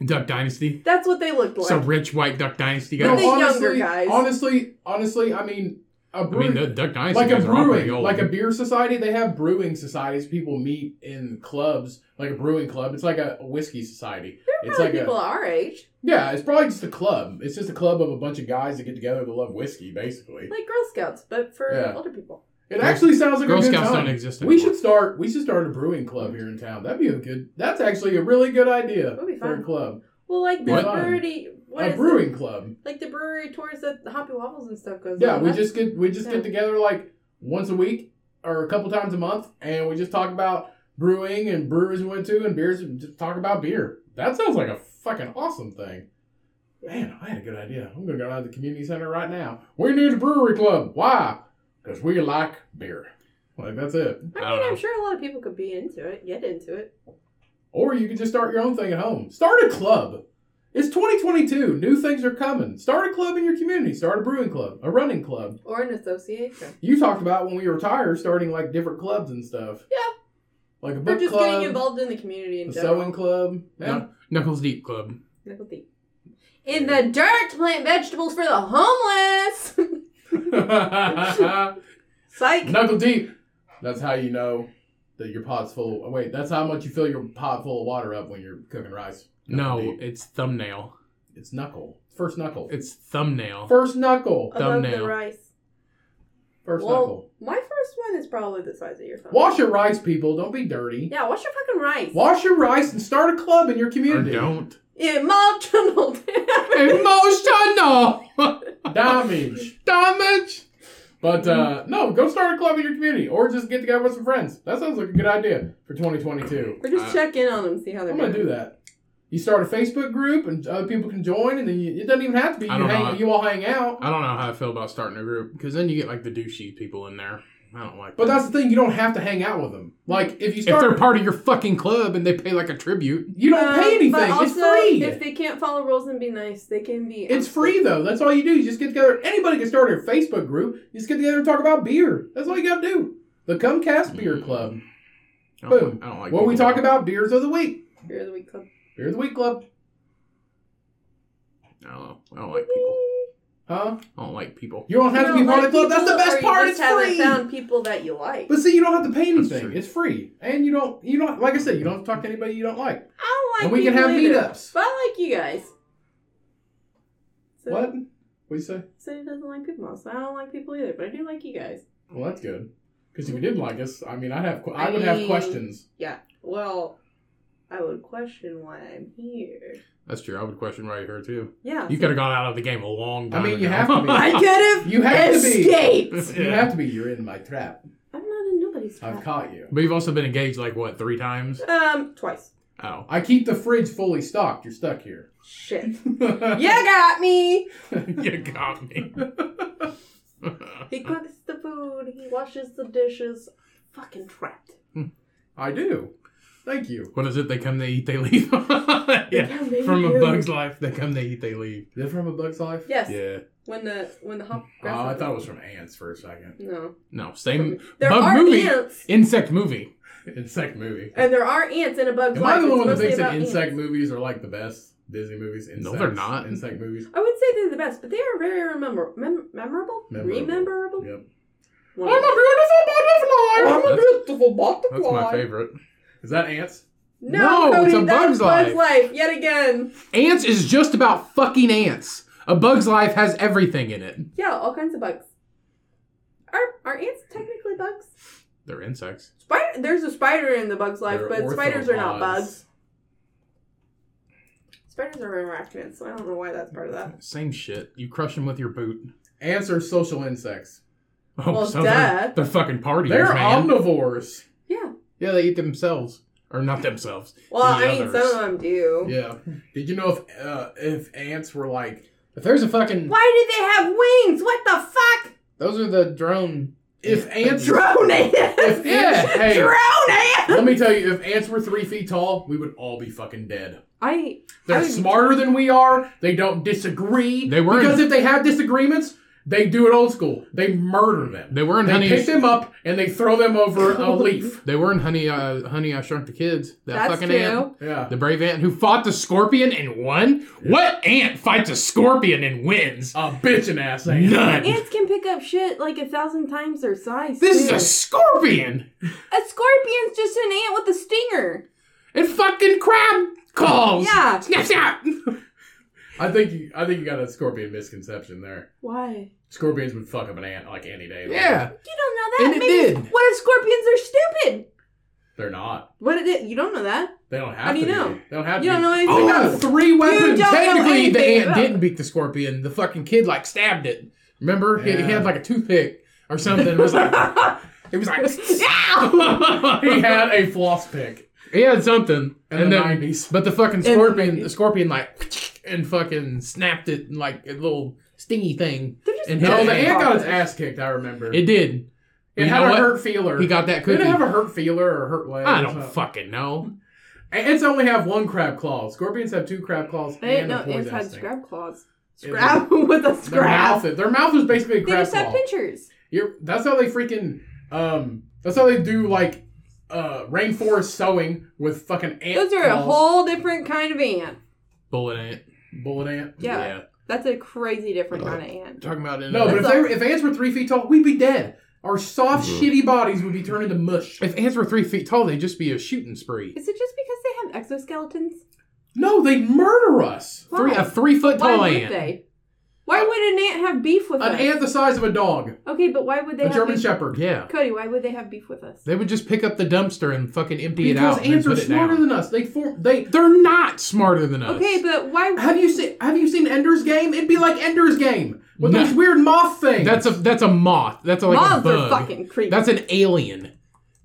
A: Duck Dynasty.
D: That's what they looked like.
A: Some rich white Duck Dynasty
D: But
A: guys.
D: they- younger
C: honestly,
D: guys.
C: Honestly, honestly, I mean, a
A: I
C: brewing,
A: mean, the Duck Dynasty
C: like a
A: guys are all pretty
C: brewing,
A: old.
C: like a beer society. They have brewing societies. People meet in clubs, like a brewing club. It's like a whiskey society. it's
D: Probably
C: like a
D: people our age,
C: yeah. It's probably just a club. It's just a club of a bunch of guys that get together to love whiskey, basically.
D: like Girl Scouts, but for
C: Yeah.
D: older people.
C: It actually sounds like
A: Girl
C: a good
A: Scouts
C: time.
A: don't exist anymore.
C: We should start. We should start a brewing club here in town. That'd be a good. That's actually a really good idea
D: That'd be
C: for a
D: fun.
C: club.
D: Well, like the
C: What?
D: brewery, what
C: a
D: is
C: brewing
D: it?
C: club.
D: Like the brewery tours that the Hoppy Wobbles and stuff goes.
C: Yeah,
D: on.
C: we
D: That's-
C: just get we just
D: yeah.
C: get together like once a week or a couple times a month, and we just talk about brewing and brewers we went to and beers and just talk about beer. That sounds like a fucking awesome thing. Man, I had a good idea. I'm gonna go down to the community center right now. We need a brewery club. Why? Because we like beer. Like that's it.
A: I
D: I
A: don't
D: mean,
A: know.
D: I'm sure a lot of people could be into it, get into it.
C: Or you could just start your own thing at home. Start a club. It's 2022. New things are coming. Start a club in your community. Start a brewing club, a running club.
D: Or an association.
C: You talked about when we retire starting like different clubs and stuff.
D: Yeah.
C: Like a
D: Or
C: book
D: just
C: club,
D: getting involved in the community in
C: a
D: general.
C: sewing club. Yeah.
A: Knuckles Deep Club.
D: Nickel deep. In the dirt, plant vegetables for the homeless. Psych.
C: Knuckle deep. That's how you know that your pot's full. oh, wait, that's how much you fill your pot full of water up when you're cooking rice. Knuckle
A: No,
C: deep.
A: it's thumbnail.
C: it's knuckle. First knuckle.
A: It's thumbnail.
C: first knuckle.
A: Uh, thumbnail.
D: rice.
C: First
D: Well-
C: knuckle.
D: My first one is probably the size of your thumb.
C: Wash your rice, people. Don't be dirty.
D: Yeah, wash your fucking rice.
C: Wash your rice and start a club in your
A: Or
C: community.
A: don't.
D: Emotional
A: Emotional
C: Damage.
A: damage.
C: But uh,
A: Mm-hmm.
C: no, go start a club in your community, or just get together with some friends. That sounds like a good idea for 2022.
D: Or just
A: Uh,
D: check in on them, see how they're
C: I'm gonna do
D: doing.
C: that. You start a Facebook group, and other people can join, and then you, it doesn't even have to be you,
A: I don't know.
C: hang, you all hang out.
A: I don't know how I feel about starting a group because then you get like the douchey people in there. I don't like.
C: But
A: that.
C: that's the thing, you don't have to hang out with them. Like if you
A: if they're
C: start,
A: part of your fucking club and they pay like a tribute.
C: you don't pay
D: Um,
C: anything.
D: but
C: it's
D: also,
C: free.
D: If they can't follow rules and be nice, they can be. um,
C: It's free though. That's all you do. You just get together. Anybody can start a Facebook group. You just get together and talk about beer. That's all you gotta do. The Comcast Beer Club.
A: I don't,
C: Boom.
A: I don't Mm-hmm. like.
C: What we
A: people
C: talk
A: like-
C: about? Beers of the week.
D: Beer of the week club.
C: Beer of the week club.
A: I don't know. I don't like people.
C: Huh?
A: I don't like people.
C: You don't have to be
D: You don't
C: part
D: like
C: of the club. That's the
D: people, or
C: best
D: you
C: part.
D: just
C: It's
D: haven't
C: free.
D: found people that you like.
C: But see, you don't have to pay
A: That's
C: anything.
A: true.
C: It's free, and you don't. You don't. Like I said, you don't have to talk to anybody you don't like.
D: I don't like.
C: and we can
D: people
C: have
D: either,
C: meetups.
D: But I like you guys. So,
C: What? What you say?
D: So he doesn't like people, so I don't like people either. But I do like you guys.
C: Well, that's good. Because if you didn't like us, I mean, I'd have. que- I would
D: I-
C: have questions.
D: Well, I would question why I'm here.
A: That's true. I would question right here too.
D: Yeah.
A: You could have got out of the game a long
C: I
A: time.
C: mean, you
A: ago.
C: have to be.
D: I could
C: You have
D: have
C: to be.
D: escaped.
C: You
A: Yeah.
C: have to be. You're in my trap.
D: I'm not in nobody's
C: I've
D: trap.
C: caught you.
A: But you've also been engaged like what three times?
D: Um, twice.
A: Oh,
C: I keep the fridge fully stocked. You're stuck here.
D: Shit.
C: yeah.
D: you got me.
A: you got me.
D: He cooks the food. He washes the dishes. Fucking trapped.
C: I do. Thank you.
A: what is it? They come, they eat, they leave.
D: They
A: yeah.
D: come, they
A: From a
D: do.
A: bug's life, they come, they eat, they leave.
C: Is that from A Bug's Life?
D: Yes.
A: Yeah.
D: When the when the hop.
C: Oh, I thought it was from ants for a second.
D: No.
A: No, same
D: There
A: Bug
D: are
A: movie.
D: ants,
A: insect movie.
C: Insect movie.
D: and there are ants in a bug's
C: Am
D: life.
C: I the
D: It's
C: one that
D: mostly
C: thinks that
D: about ants.
C: insect movies are like the best Disney movies?
A: No,
C: Insects,
A: they're not.
C: Insect movies.
D: I would say they're the best, but they are very remember, mem- memorable,
C: Memorable.
D: rememberable.
C: Yep.
D: Wonderful.
C: beautiful
A: That's-
C: beautiful butterfly.
A: That's my favorite.
C: Is that ants?
D: No,
A: No,
D: Cody,
A: it's a
D: that's
A: Bug's Life.
D: yet again.
A: Ants is just about fucking ants. A bug's life has everything in it.
D: Yeah, all kinds of bugs. Are are ants technically bugs?
A: They're insects.
D: Spider, there's a spider in the Bug's Life,
C: They're
D: but spiders are not
C: orthopods.
D: bugs. Spiders are arachnids, so I don't know why that's part of that.
A: Same shit. You crush them with your boot.
C: Ants are social insects.
A: Oh,
D: Well,
A: they're,
D: duh.
A: they're fucking partying,
C: They're
A: man.
C: omnivores.
D: Yeah.
A: yeah, they eat themselves. Or not themselves.
D: Well,
A: The
D: I mean, some
A: others.
D: of them do.
C: Yeah. Did you know if uh, if ants were like if there's a fucking
D: Why do they have wings? What the fuck?
A: Those are the drone.
C: if ants
D: Drone ants.
C: if ants hey
D: Drone ants.
C: let me tell you if ants were three feet tall we would all be fucking dead.
D: I
C: They're
D: I would-
C: smarter than we are. They don't disagree.
A: They were-
C: because if they have disagreements, they do it old school. They murder them.
A: They were in
C: They
A: honey.
C: pick them up and they throw them over a leaf.
A: They were in honey. Uh, honey, I shrunk the kids. That
D: that's
A: fucking
D: true.
A: ant.
C: Yeah.
A: The brave ant who fought the scorpion and won? What ant fights a scorpion and wins?
C: A bitchin' ass ant.
A: None.
D: Ants can pick up shit like a thousand times their size.
A: This is
D: too.
A: a scorpion.
D: a scorpion's just an ant with a stinger.
A: It fucking crab calls.
D: Yeah.
A: Snap, snap.
C: I think you, I think you got a scorpion misconception there.
D: Why?
C: Scorpions would fuck up an ant like any day. Like,
A: Yeah.
D: You don't know that.
A: And it
D: Maybe-
A: did.
D: What if scorpions are stupid?
C: they're not.
D: What it is? You don't know that.
C: They don't have
D: How do
C: to.
D: you know?
C: Be. They don't have
D: You
C: to.
D: don't know
C: be.
D: anything
A: Oh,
D: about it.
A: three weapons.
D: don't know
A: Technically, the
D: anything
A: ant
D: about-
A: didn't beat the scorpion. The fucking kid like stabbed it. Remember, he, he
C: Yeah.
A: had like a toothpick or something. It was like it was like
C: He had a floss pick
A: he had something.
C: in
A: and
C: the
A: then,
C: nineties.
A: but the fucking
D: the
A: scorpion, the
D: nineties.
A: scorpion like and fucking snapped it and like a little stingy thing.
D: They're just
A: And
D: dumb
C: No, the ant got its
D: fuckers.
C: ass kicked. I remember.
A: It did.
C: It
A: You
C: had
A: know
C: a
A: what?
C: hurt feeler.
A: He got that
C: Did
A: cookie.
C: it have a hurt feeler or a hurt leg?
A: I
C: or
A: don't
C: something?
A: fucking know.
C: Ants only have one crab claw. Scorpions have two crab claws
D: They
C: and
D: no,
C: a poison
D: ants had
C: sting.
D: scrap claws.
C: Yeah.
D: Scrap with a
C: Their mouth,
D: scrap.
C: their mouth is basically a
D: They
C: crab
D: just have
C: claw.
D: pinchers.
C: You're, that's how they freaking. Um, that's how they do like uh, rainforest sowing with fucking ant.
D: Those are a
C: claws.
D: whole different kind of ant.
B: Bullet ant.
C: Bullet ant.
D: Yeah. That's a crazy different kind of ant.
B: Talking about in
C: No, but if,
D: That's
C: they, were- if ants were three feet tall, we'd be dead. Our soft,
A: Mm-hmm.
B: Mhm.
C: shitty bodies would be turned into mush.
A: If ants were three feet tall, they'd just be a shooting spree.
D: Is it just because they have exoskeletons?
C: No, they'd murder us.
D: Why?
A: Three, a three foot
D: Why
A: tall
D: would
A: ant.
D: they? Why would an ant have beef with
C: An
D: us?
C: ant the size of a dog,
D: Okay, but why would they
C: a
D: have
C: German
D: beef?
C: Shepherd.
A: Yeah,
D: Cody, why would they have beef with us?
A: they would just pick up the dumpster and fucking empty it
C: Because
A: out.
C: ants
A: and
C: are
A: then put
C: smarter
A: it down.
C: than us. They form. They
A: They're not smarter than us.
D: Okay, but why?
C: have you seen? Have you seen Ender's Game? It'd be like Ender's Game with
A: No.
C: those weird moth things.
A: that's a that's a moth. That's like a
D: Moths
A: bug.
D: are fucking creepy.
A: That's an alien.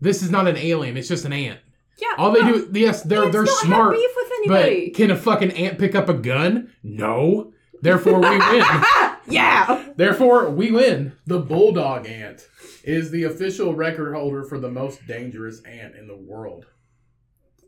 A: This is not an alien. It's just an ant.
D: yeah.
A: All they
D: no,
A: do, yes, they're
D: ants
A: they're
D: don't
A: smart,
D: Have beef with
A: but
D: anybody.
A: can a fucking ant pick up a gun? No. Therefore, we win.
D: Ah, yeah.
A: Therefore, we win.
C: the bulldog ant is the official record holder for the most dangerous ant in the world.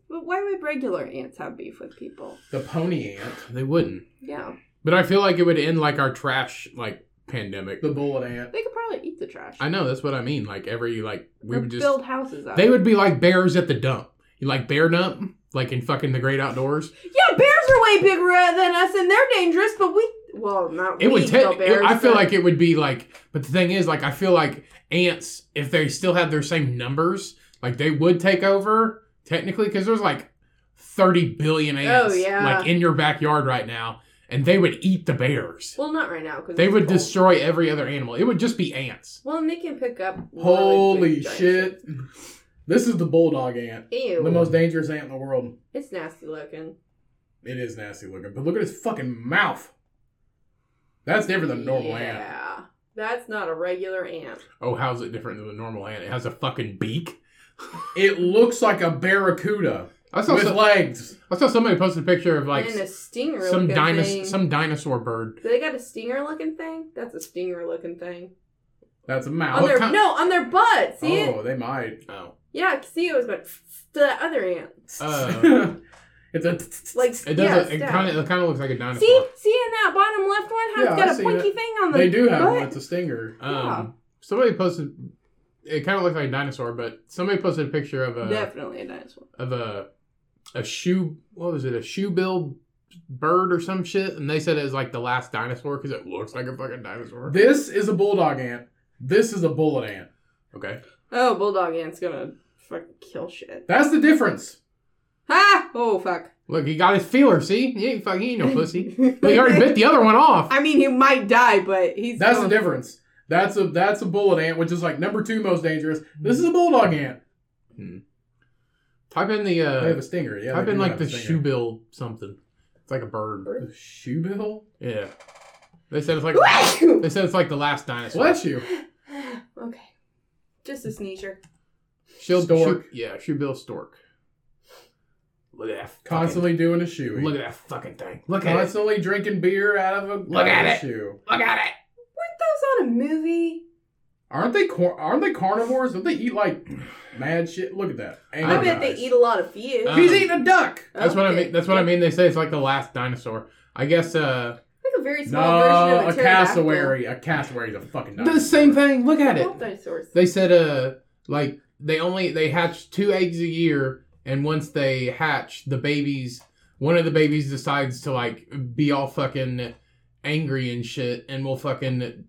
D: But why would regular ants have beef with people?
C: The pony ant,
A: They wouldn't.
D: Yeah,
A: But I feel like it would end like our trash like pandemic.
C: the bullet ant.
D: they could probably eat the trash.
A: I know that's what I mean. Like every like we
D: or
A: would just
D: build houses out.
A: they would be like bears at the dump. You like bear dump, like in fucking the great outdoors.
D: Yeah, bears are way bigger than us, and they're dangerous. But we, well, not
A: It
D: we,
A: would take.
D: no bears,
A: I feel
D: but-
A: like it would be like. But the thing is, like I feel like ants, if they still had their same numbers, like they would take over technically because there's like thirty billion ants
D: Oh, yeah.
A: like in your backyard right now, and they would eat the bears.
D: Well, not right now because
A: They would destroy every other animal. It would just be ants.
D: Well, and they can pick up. really
C: Holy
D: big giant
C: shit! This is the bulldog ant,
D: Ew,
C: the most dangerous ant in the world.
D: it's nasty looking.
C: It is nasty looking, but look at his fucking mouth. That's different than normal
D: yeah.
C: ant.
D: that's not a regular ant.
A: Oh, how's it different than a normal ant? It has a fucking beak.
C: It looks like a barracuda
A: I saw
C: with
A: some,
C: legs.
A: I saw somebody post a picture of like
D: and a stinger.
A: some
D: looking
A: dinosaur
D: thing.
A: some dinosaur bird.
D: Do they got a stinger looking thing? That's a stinger looking thing.
C: That's a
D: on
C: mouth.
A: what
D: their
A: kind-
D: no, on their butt. See it?
C: oh, they might.
A: Oh,
D: Yeah, see it was like to the other ant.
A: Uh.
C: it's a.
D: Like
A: it
D: yeah,
A: does. it
D: stab.
A: kind of it kind of looks like a dinosaur.
D: See, see in that bottom left one how
C: Yeah, I
D: it's got
C: see
D: a pointy
C: it.
D: thing on the.
C: They do have
D: butt?
C: one. It's a stinger.
A: Um,
D: Yeah.
A: Somebody posted. It kind of looks like a dinosaur, but somebody posted a picture of a
D: Definitely a dinosaur.
A: of a a shoe. What was it? A shoebill bird or some shit? And they said it was like the last dinosaur because it looks like a fucking dinosaur.
C: This is a bulldog ant. This is a bullet ant.
A: Okay.
D: Oh, bulldog ant's gonna fucking kill shit.
C: That's the difference.
D: Ah! Oh fuck.
A: Look, he got his feeler. See, he ain't fucking he ain't no pussy. But he already bit the other one off.
D: I mean, he might die, but he's.
C: That's the
D: going-
C: difference. That's a that's a bullet ant, which is like number two most dangerous. This is a bulldog ant.
A: Type in the
C: They have a
A: uh,
C: stinger. Yeah,
A: type
C: they
A: in
C: do
A: like
C: have
A: the
C: a stinger.
A: shoebill something. It's like a bird.
C: The shoebill.
A: Yeah. They said it's like they said it's like the last dinosaur.
C: Bless you.
D: okay. Just a sneezer.
A: She'll
C: Stork.
A: She, yeah, she Bill Stork. Look at that.
C: Constantly doing a shoey.
A: Fucking, look at that fucking thing. Look at it.
C: Constantly drinking beer out of a
A: Look
C: out
A: at it.
C: of a shoe.
A: Look at it.
D: Weren't those on a movie?
C: Aren't they cor- aren't they carnivores? Don't they eat like mad shit? Look at that.
A: I
D: I
C: Angry
D: bet they
C: eyes.
D: eat a lot of fish.
A: Uh,
C: He's
A: Um,
C: eating a duck.
A: That's what I
D: Okay.
A: mean. That's what I mean. They say it's like the last dinosaur. I guess. uh
D: Like a very small
C: No,
D: version
C: a
D: of a, pterodactyl.
C: cassowary. A cassowary is a fucking duck.
A: The same thing. Look at it.
D: Both dinosaurs.
A: They said uh like they only they hatch two eggs a year, and once they hatch, the babies one of the babies decides to like be all fucking angry and shit, and will fucking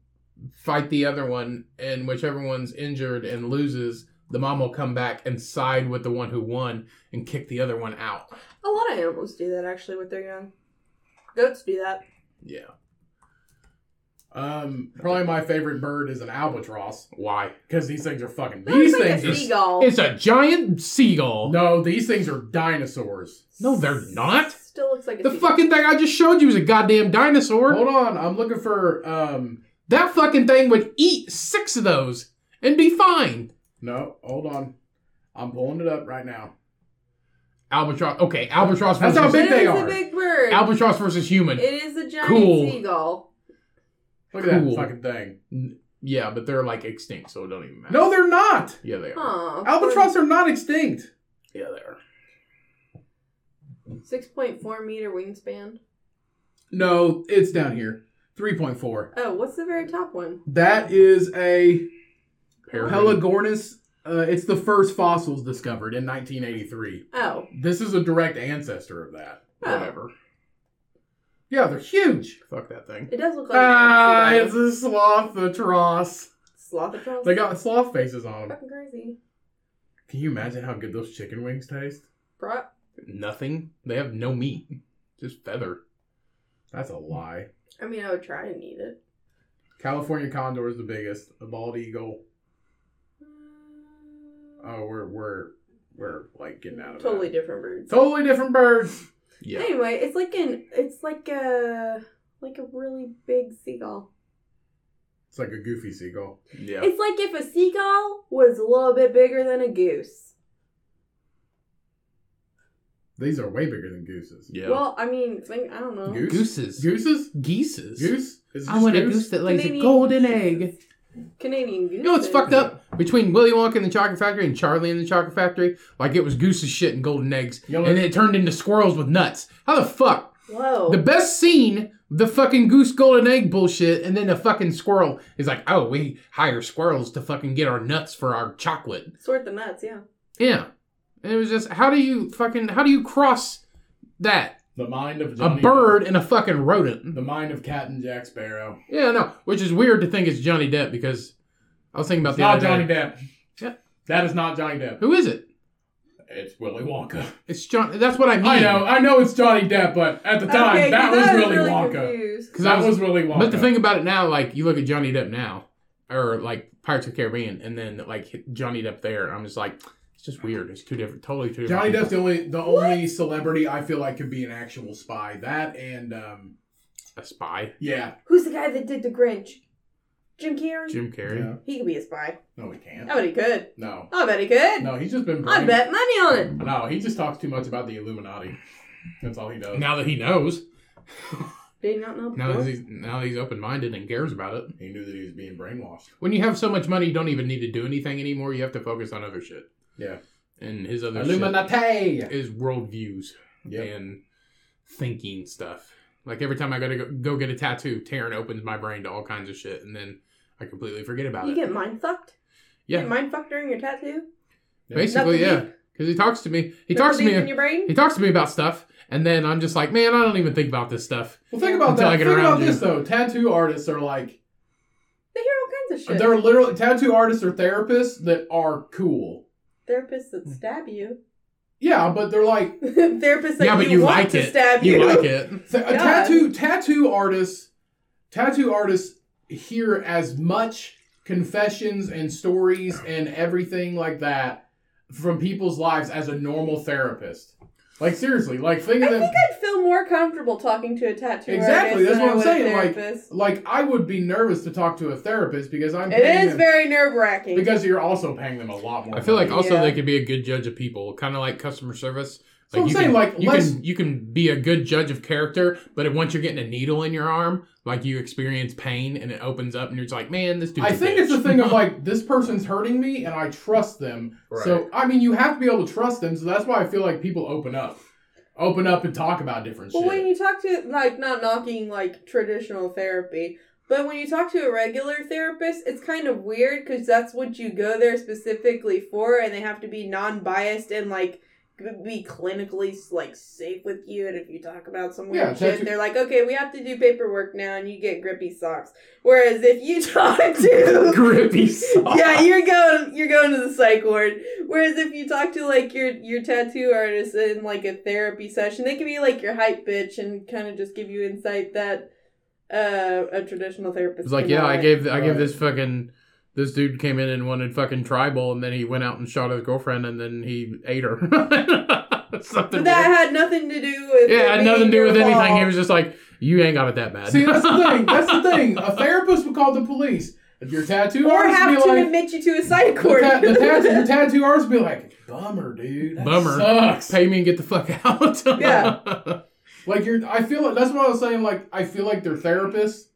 A: fight the other one, and whichever one's injured and loses. The mom will come back and side with the one who won and kick the other one out.
D: A lot of animals do that actually with their young. Goats do that.
A: Yeah.
C: Um, probably my favorite bird is an albatross
A: Why?
C: because these things are fucking.
D: That looks
C: These
D: like
C: things
D: a
C: are.
D: seagull.
A: It's a giant seagull.
C: No, these things are dinosaurs.
A: No, they're not.
D: Still looks like a
A: The
D: seagull.
A: fucking thing I just showed you is a goddamn dinosaur.
C: Hold on, I'm looking for um.
A: That fucking thing would eat six of those and be fine.
C: No, hold on, I'm pulling it up right now.
A: Albatross. Okay, albatross
C: That's
A: versus
C: how big
D: But it
C: they
D: is
C: are.
D: a big bird.
A: albatross versus human.
D: it is a giant
A: Cool.
D: seagull.
C: Look at that
A: Cool.
C: fucking thing.
A: yeah, but they're like extinct, so it don't even matter.
C: No, they're not.
A: Yeah, they are.
D: Huh.
C: Albatross are not extinct.
A: Yeah, they are.
D: Six point four meter wingspan.
C: No, it's down here. Three point four.
D: Oh, what's the very top one?
C: That is a
A: Peregrine.
C: Pelagornis. Uh, it's the first fossils discovered in 1983.
D: Oh,
C: This is a direct ancestor of that.
D: oh.
A: Whatever.
C: Yeah, they're huge. Fuck that thing.
D: It does look like
A: Uh,
C: Ah, it's a sloth atross.
D: sloth across.
C: They got sloth faces on them.
D: fucking crazy.
C: Can you imagine how good those chicken wings taste?
D: Right?
C: Nothing. They have no meat. Just feather. That's a lie.
D: I mean, I would try and eat it.
C: California condor is the biggest. A bald eagle.
A: Mm.
C: Oh, we're we're we're like getting out of
D: totally
C: that.
D: different birds.
C: totally different birds.
A: Yeah.
D: Anyway, it's like an it's like a like a really big seagull.
C: It's like a goofy seagull.
A: Yeah.
D: It's like if a seagull was a little bit bigger than a goose.
C: These are way bigger than gooses.
A: Yeah.
D: Well, I mean, think, I don't know.
C: Goose?
A: Gooses.
C: Gooses?
A: Geeses.
C: Goose? Is it
A: I
C: just
A: want a goose that lays a
D: Canadian
A: golden
D: gooses.
A: egg.
D: Canadian goose.
A: You know what's
D: is-
A: fucked up? Between Willy Wonka and the Chocolate Factory and Charlie and the Chocolate Factory, like it was goose's shit and golden eggs.
C: Y'all
A: And it turned into squirrels with nuts. How the fuck?
D: Whoa.
A: The best scene, the fucking goose golden egg bullshit, and then the fucking squirrel is like, oh, we hire squirrels to fucking get our nuts for our chocolate.
D: Sort the nuts, yeah.
A: Yeah. And it was just how do you fucking how do you cross that?
C: the mind of
A: A
C: Johnny-
A: bird and a fucking rodent.
C: The mind of Captain Jack Sparrow.
A: Yeah, no. Which is weird to think it's Johnny Depp because I was thinking about
C: It's
A: the
C: not
A: other
C: Johnny
A: day.
C: Depp.
A: Yeah.
C: That is not Johnny Depp.
A: Who is it?
C: It's Willy Wonka.
A: It's John that's what I mean.
C: I know, I know it's Johnny Depp, but at the time
D: Okay,
C: that
D: 'cause
C: was
D: I
C: Willy Wonka.
D: confused.
A: Cause
C: that
A: I was,
C: was, Willy Wonka.
A: but to think about it now, like you look at Johnny Depp now, or like Pirates of the Caribbean, and then like hit Johnny Depp there, and I'm just like, it's just weird. It's two different, totally two different.
C: Johnny
A: people.
C: Depp's the only the only celebrity I feel like could be an actual spy. That and um
A: a spy,
C: yeah.
D: Who's the guy that did the Grinch? Jim Carrey.
A: Jim Carrey.
C: Yeah.
D: He could be a spy.
C: No, he can't.
A: Oh.
D: I bet he could.
C: No.
D: I bet he could.
C: No, he's just been
D: I
C: brain-
D: bet money on it.
C: No, he just talks too much about the Illuminati. That's all he does.
A: Now that he knows,
D: Did he not know?
A: now
D: before?
A: that he's now that he's open minded and cares about it.
C: He knew that he was being brainwashed.
A: When you have so much money, you don't even need to do anything anymore. You have to focus on other shit.
C: Yeah.
A: And his other
C: Illuminati.
A: shit is worldviews
C: Yep.
A: and thinking stuff. Like every time I go to go, go get a tattoo, Taryn opens my brain to all kinds of shit, and then I completely forget about
D: you
A: it.
D: get mind fucked.
A: Yeah.
D: You get mind fucked during your tattoo.
A: Basically,
D: Nothing
A: yeah,
D: deep?
A: because he talks to me. He
D: Nothing
A: talks to
D: deep in
A: me.
D: your brain.
A: He talks to me about stuff, and then I'm just like, man, I don't even think about this stuff.
C: Well, think about
A: Until I
C: that.
A: get
C: Think
A: around
C: about
A: you.
C: this though. Tattoo artists are like
D: They hear all kinds of shit.
C: they're literally tattoo artists or therapists that are cool.
D: Therapists that stab you.
C: Yeah, but they're like
D: Therapists that
A: yeah, but
D: you,
A: you,
D: want
A: like
D: to
A: it.
D: stab
A: you
D: you.
A: like it.
C: th- a
D: God.
C: uh, tattoo tattoo artists. Tattoo artists hear as much confessions and stories and everything like that from people's lives as a normal therapist. Like seriously, like think
D: I
C: of
D: think
C: them.
D: I'd feel more comfortable talking to a tattoo
C: Exactly,
D: artist
C: that's
D: than I
C: what I'm
D: would a
C: saying, like,
D: therapist.
C: Like I would be nervous to talk to a therapist because I'm
D: it
C: paying
D: is
C: them-
D: very nerve wracking.
C: because you're also paying them a lot more.
A: I feel like
C: money.
A: also
D: Yeah.
A: they could be a good judge of people, kind of like customer service.
C: So I'm
A: you
C: saying,
A: can,
C: like,
A: you
C: let's-
A: can you can be a good judge of character, but once you're getting a needle in your arm, like you experience pain and it opens up, and you're just like, man, this dude.
C: I think it's the thing of like this person's hurting me and I trust them. So I mean you have to be able to trust them, so that's why I feel like people open up. Open up and talk about different
D: well,
C: shit.
D: when you talk to like not knocking like traditional therapy, but when you talk to a regular therapist, it's kind of weird because that's what you go there specifically for, and they have to be non-biased and like be clinically like safe with you. And if you talk about some weird
C: Yeah,
D: shit,
C: tattoo-
D: they're like, okay, we have to do paperwork now, and you get grippy socks. Whereas if you talk to
A: grippy. sock.
D: yeah, you're going you're going to the psych ward. Whereas if you talk to like your your tattoo artist in like a therapy session, they can be like your hype bitch and kind of just give you insight that uh, a traditional therapist.
A: It's like, yeah,
D: cannot.
A: I gave I gave
C: Right.
A: this fucking this dude came in and wanted fucking tribal, and then he went out and shot his girlfriend, and then he ate her. Something.
D: But that
A: weird.
D: had nothing to do with. it
A: yeah, it had nothing to
D: being
A: do
D: your
A: with anything.
D: fault.
A: He was just like, you ain't got it that bad.
C: See, that's the thing. That's the thing. A therapist would call the police. If your tattoo
D: or
C: artist
D: have
C: would
D: to
C: be like
D: admit you to a psych
C: the,
D: ward.
C: ta- the tattoo, your tattoo artist would be like, bummer, dude. That
A: Bummer.
C: Sucks.
A: Pay me and get the fuck out.
D: Yeah.
C: Like you're I feel like that's what I was saying, like I feel like they're therapists,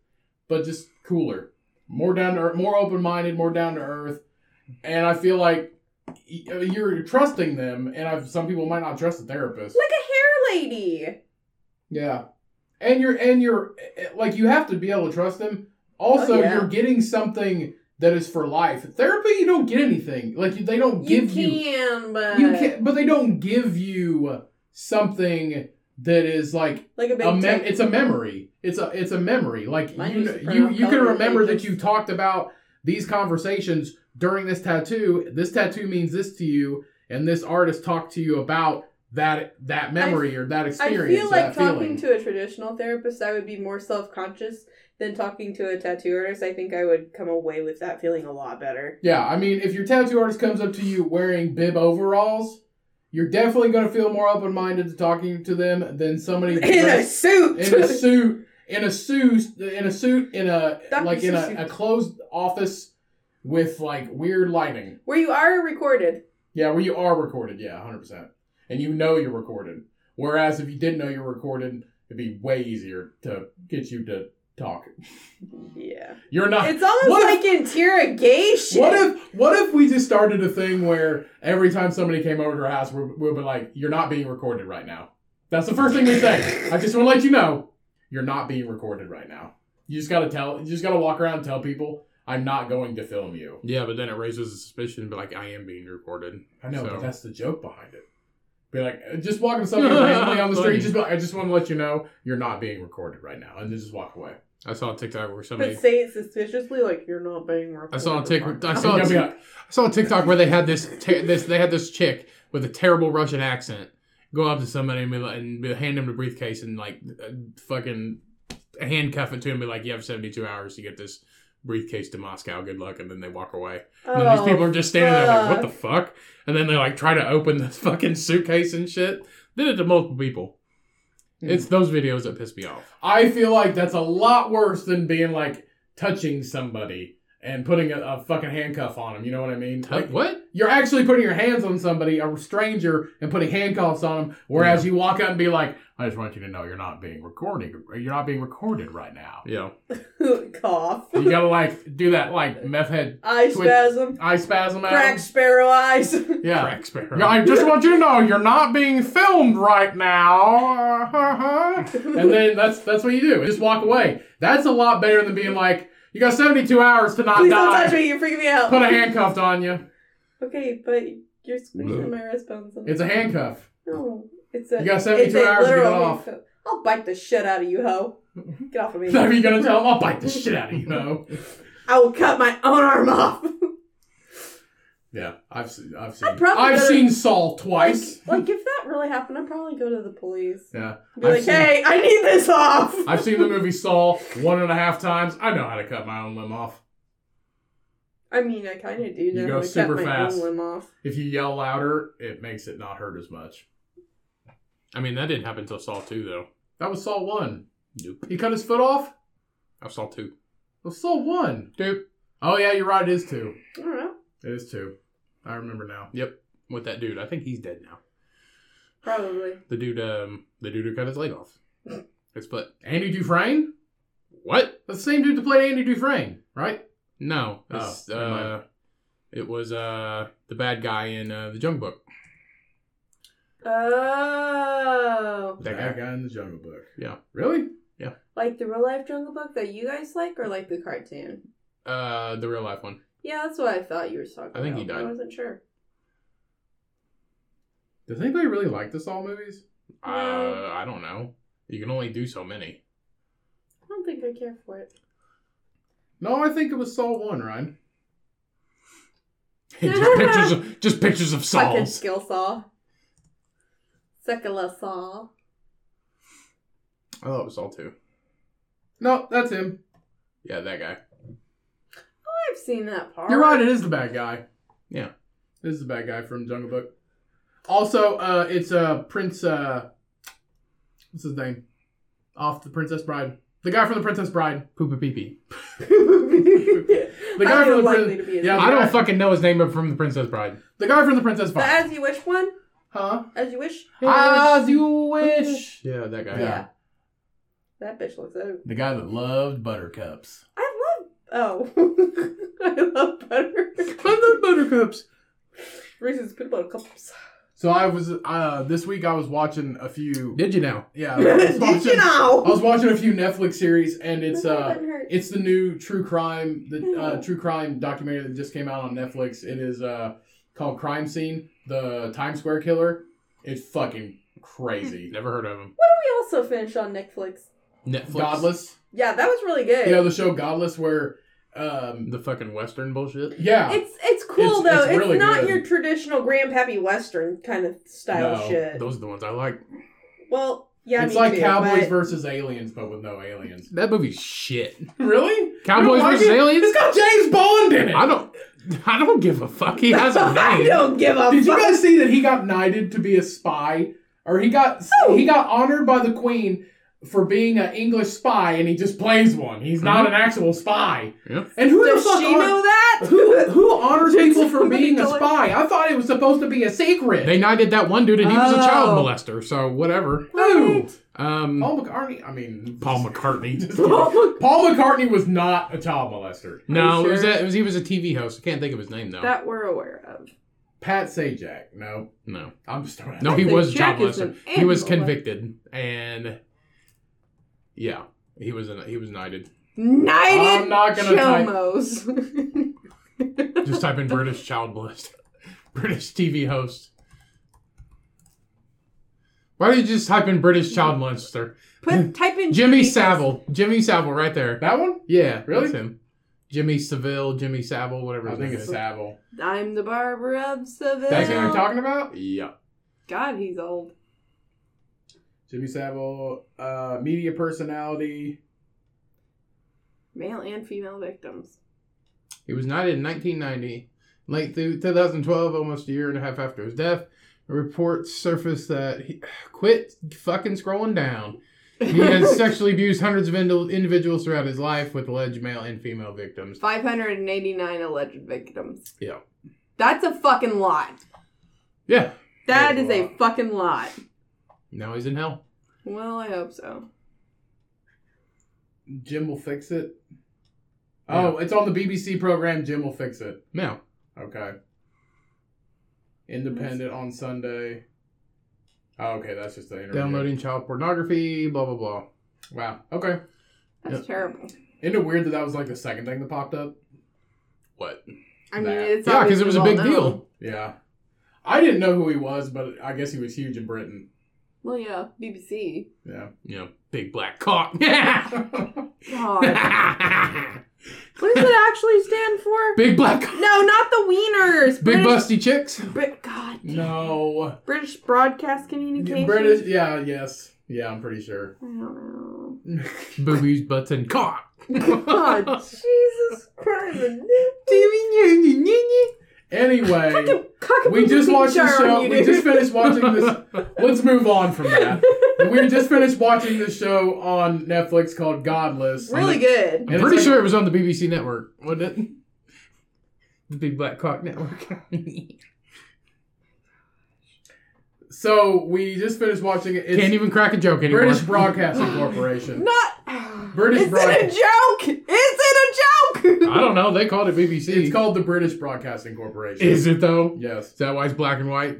C: but just cooler. More down to earth, more open minded, more down to earth. And I feel like y- you're trusting them, and I've, some people might not trust the therapist.
D: like a hair lady.
C: Yeah, and you're and you're eh, like you have to be able to trust them. Also,
D: Oh, yeah.
C: you're getting something that is for life. Therapy, you don't get anything. Like you- they don't
D: You
C: give you
D: can, but
C: you can, but they don't give you something that is like
D: Like a big
C: a mem-
D: tank.
C: it's a memory. It's a it's a memory. Like
D: Mine
C: you
D: is
C: kn-
D: brown
C: you you can
D: colored
C: remember that
D: pages.
C: you talked about these conversations during this tattoo. This tattoo means this to you, and this artist talked to you about that that memory or that
D: I
C: experience.
D: feel
C: or that
D: like
C: feeling.
D: talking to a traditional therapist, I would be more self conscious than talking to a tattoo artist. I think I would come away with that feeling a lot better.
C: Yeah, I mean, if your tattoo artist comes up to you wearing bib overalls, you're definitely going to feel more open minded to talking to them than somebody
D: In a
C: dressed
D: suit.
C: in a suit, in a suit, in a suit, in a
D: Dr.
C: like in
D: Seuss.
C: a, a closed office with like weird lighting.
D: Where you are recorded.
C: Yeah, where you are recorded. Yeah, hundred percent, and you know you're recorded. Whereas if you didn't know you're recorded, it'd be way easier to get you to talk.
D: Yeah.
C: You're not.
D: It's almost
C: What
D: like interrogation.
C: What if what if we just started a thing where every time somebody came over to our house, we'll, we'll be like, "You're not being recorded right now." That's the first thing we say. I just want to let you know, you're not being recorded right now. You just gotta tell. You just gotta walk around and tell people, "I'm not going to film you."
A: Yeah, but then it raises a suspicion, but like I am being recorded.
C: I know,
A: So-
C: but that's the joke behind it. Be like, uh, just walking to somebody randomly on the street.
A: Funny.
C: Just, be like, I just want to let you know, you're not being recorded right now, and then just walk away.
A: I saw a TikTok where somebody
D: But say it suspiciously, like you're not being recorded.
A: I saw a TikTok. I
C: And
A: saw a
C: you'll be
A: tic-
C: like,
A: I saw a TikTok where they had this te- this they had this chick with a terrible Russian accent go up to somebody and, be like, and be- hand him the briefcase and like uh, fucking handcuff it to him and be like, "You have seventy two hours to get this briefcase to Moscow. Good luck." And then they walk away. And then these people
D: Oh,
A: are just standing there like, "What the fuck?" And then they like try to open the fucking suitcase and shit. Did it to multiple people.
C: Hmm.
A: It's those videos that piss me off.
C: I feel like that's a lot worse than being like touching somebody and putting a, a fucking handcuff on them. You know what I mean? Like,
A: what?
C: You're actually putting your hands on somebody, a stranger, and putting handcuffs on them. Whereas you walk up and be like, "I just want you to know you're not being recorded. You're not being recorded right now."
A: Yeah.
D: Oh, cough,
C: You gotta like do that like meth head
D: eye
C: Twitch.
D: spasm,
C: eye spasm out.
D: crack sparrow eyes.
C: Yeah.
A: Crack sparrow.
C: Yeah, I just want you to know you're not being filmed right now. and then that's that's what you do. Just walk away. That's a lot better than being like, you got 72 hours to not
D: Please don't
C: die.
D: touch me. You're freaking me out.
C: Put a handcuff on you.
D: okay, but you're squeezing my wristbones.
C: It's a handcuff.
D: no. It's a.
C: You got
D: it's
C: 72
D: a
C: hours to get
D: literal
C: off.
D: handcuff. I'll bite the shit out of you, hoe. Get off of me.
C: Are you gonna tell him? I'll bite the shit out of you. No.
D: I will cut my own arm off.
C: Yeah, I've seen. I've seen.
D: probably
C: I've
D: better-
C: seen Saul twice.
D: like, like, if that really happened, I'd probably go to the police.
C: Yeah,
D: Be
C: I've
D: like,
C: seen-
D: hey, I need this off.
C: I've seen the movie Saul one and a half times. I know how to cut my own limb off.
D: I mean, I kind of do know.
C: go
D: how to
C: super
D: cut my
C: fast.
D: Own limb off.
C: If you yell louder, it makes it not hurt as much.
A: I mean, that didn't happen until Saw 2, though.
C: That was Saul one.
A: Nope.
C: He cut his foot off.
A: I saw 2.
C: Well, Saul one.
A: Nope.
C: Oh yeah, you're right. It is two.
D: I don't know.
C: It is two. I remember now.
A: with that dude. I think he's dead now.
D: Probably.
A: The dude, um, the dude who cut his leg off, his foot.
C: Andy Dufresne.
A: What?
C: That's the same dude that played Andy Dufresne, right?
A: No,
C: Oh,
A: it's,
C: never
A: uh,
C: mind.
A: it was uh the bad guy in uh, the Jung Book.
D: Oh,
A: That guy.
C: in the Jungle Book.
A: Yeah.
C: Really?
D: like the real life Jungle Book that you guys like, or like the cartoon?
A: Uh, the real life one.
D: Yeah, that's what I thought you were talking.
A: I think he
D: about.
A: died.
D: I wasn't sure.
C: Does anybody really like the Saw movies?
A: Uh,
D: No.
A: I don't know. You can only do so many.
D: I don't think I care for it.
C: No, I think it was Saw one, Ryan.
A: just pictures, of, just pictures of
D: Fucking
A: Saul's.
D: skill saw. Sekala saw.
A: I thought it was Saul too.
C: No, that's him.
A: Yeah, that guy.
D: I've seen that part.
C: You're right. It is the bad guy.
A: Yeah.
C: it is the bad guy from Jungle Book. Also, uh, it's uh Prince. Uh, what's his name? Off the Princess Bride. The guy from the Princess Bride.
A: Poopa pee pee.
D: the
C: The guy from the
D: likely
C: Princess.
D: to be
C: Yeah,
D: yeah.
A: I don't fucking know his name, but from The Princess Bride.
C: The guy from the Princess
D: The
C: Bride.
D: as you wish one.
C: Huh?
D: As you wish.
C: As you wish.
A: Yeah, that guy.
D: Yeah. That bitch looks out.
C: The guy that loved buttercups.
D: I love. Oh. I love butter.
C: I love buttercups.
D: Reese's peanut butter cups.
C: So I was uh this week I was watching a few
A: Did you now?
C: yeah Uh, I was watching,
D: Did you know?
C: I was watching a few Netflix series and it's
D: My
C: uh
D: button hurts.
C: it's the new true crime the
D: Hmm.
C: uh, true crime documentary that just came out on Netflix. It is uh called Crime Scene: The Times Square Killer. It's fucking crazy.
A: Never heard of him.
D: We also finished on Netflix.
A: Netflix.
C: Godless.
D: Yeah, that was really good.
C: You know the show Godless where um
A: The fucking Western bullshit.
C: yeah.
D: It's it's cool
C: It's-
D: though.
C: it's
D: It's,
C: really
D: not
C: good.
D: your traditional grandpappy western kind of style
C: No,
D: shit.
A: Those are the ones I like.
D: Well, yeah,
C: it's
D: me
C: like
D: too,
C: Cowboys
D: but-
C: versus Aliens, but with no aliens.
A: That movie's shit.
C: really?
A: Cowboys
C: like
A: versus
C: it?
A: aliens.
C: It's got James Bond in it.
A: I don't. I don't give a fuck. He has a
D: I
A: name.
D: don't give a
C: Did you
D: fuck.
C: guys see that he got knighted to be a spy, or he got
D: Oh.
C: he got honored by the queen for being an English spy, and he just plays one. He's
A: Uh-huh.
C: not an actual spy.
A: Yeah.
C: And who
D: Does
C: the fuck
D: she
C: hon-
D: know that?
C: who who honors people for
D: somebody
C: being a
D: tell her?
C: spy? I thought it was supposed to be a secret.
A: They knighted that one dude, and he was a
D: Oh.
A: child molester. So whatever.
C: Who?
A: Um,
C: Paul McCartney. I mean,
A: Paul McCartney.
C: just kidding. Paul McCartney was not a child molester.
A: No,
D: Are you
A: it was
D: sure?
A: a, it was he was a TV host. I can't think of his name though.
D: that we're aware of.
C: Pat Sajak. No,
A: no,
C: I'm just throwing.
A: no,
C: out-
A: he
D: think
A: was a child
D: Jack is an
A: molester. He was
D: animal.
A: convicted, and yeah, he was an, he was knighted.
D: Knighted
C: I'm not gonna type-
D: Chomos.
A: Just type in British child molester, British TV host. Why don't you just type in British child molester?
D: Put type in
A: Jimmy
D: Jesus.
A: Savile, Jimmy Savile, right there.
C: that one.
A: Yeah,
C: Really?
A: that's him. Jimmy Seville, Jimmy Savile, whatever.
C: I
A: his
C: think
A: name
C: it's
A: is.
C: Savile.
D: I'm the barber of Seville.
C: That's who you're talking about.
A: Yeah.
D: God, he's old.
C: Jimmy Savile, uh, media personality.
D: Male and female victims.
A: He was knighted in 1990, late through 2012, almost a year and a half after his death. Reports surfaced that he quit fucking scrolling down. He has sexually abused hundreds of indi- individuals throughout his life with alleged male and female victims.
D: 589 alleged victims.
A: Yeah.
D: That's a fucking lot.
A: Yeah,
D: That
C: That is
D: is
C: a
D: a
C: lot.
D: fucking lot.
A: now he's in hell.
D: Well, I hope so.
C: Jim will fix it. Oh, it's on the BBC program. Jim will fix it.
A: Now,
C: Okay. Independent on Sunday. Oh, okay, that's just the interview.
A: downloading child pornography, blah, blah, blah.
C: Wow. Okay.
D: That's
A: Yep.
D: terrible.
C: Isn't it weird that that was like the second thing that popped up?
A: What?
D: I mean,
C: That-
D: it's
A: Yeah,
D: because
A: because it was a big deal.
C: Yeah. I didn't know who he was, but I guess he was huge in Britain.
D: Well, yeah, BBC.
C: Yeah.
A: You know, big black cock. big
D: God,
A: black
D: what does it actually stand for?
A: cock.
D: No, not the Wieners.
A: Big
D: British,
A: busty chicks.
D: Brit- God,
C: no.
D: British Broadcast Communication.
C: British. Yeah. Yes. Yeah. I'm pretty sure.
D: I don't
A: Boobies, butts, and cock.
D: know. God, Jesus Christ!
C: Anyway,
D: Cock-
C: we just watched the
D: cockapoo
C: show.
D: you,
C: We
D: dude.
C: just finished watching this. Let's move on from that. We just finished watching this show on Netflix called Godless.
D: Really good.
C: And
A: I'm pretty
C: it's like-
A: sure it was on the BBC network, wasn't it? The Big Black Cock Network.
C: So we just finished watching it. It's
A: Can't even crack a joke anymore.
C: British Broadcasting Corporation.
D: Not.
C: British
D: it's in a
C: Broadcast.
D: joke. It's in a joke.
A: I don't know. They called it BBC.
C: It's called the British Broadcasting Corporation.
A: Is it though?
C: Yes.
A: Is that why it's black and white?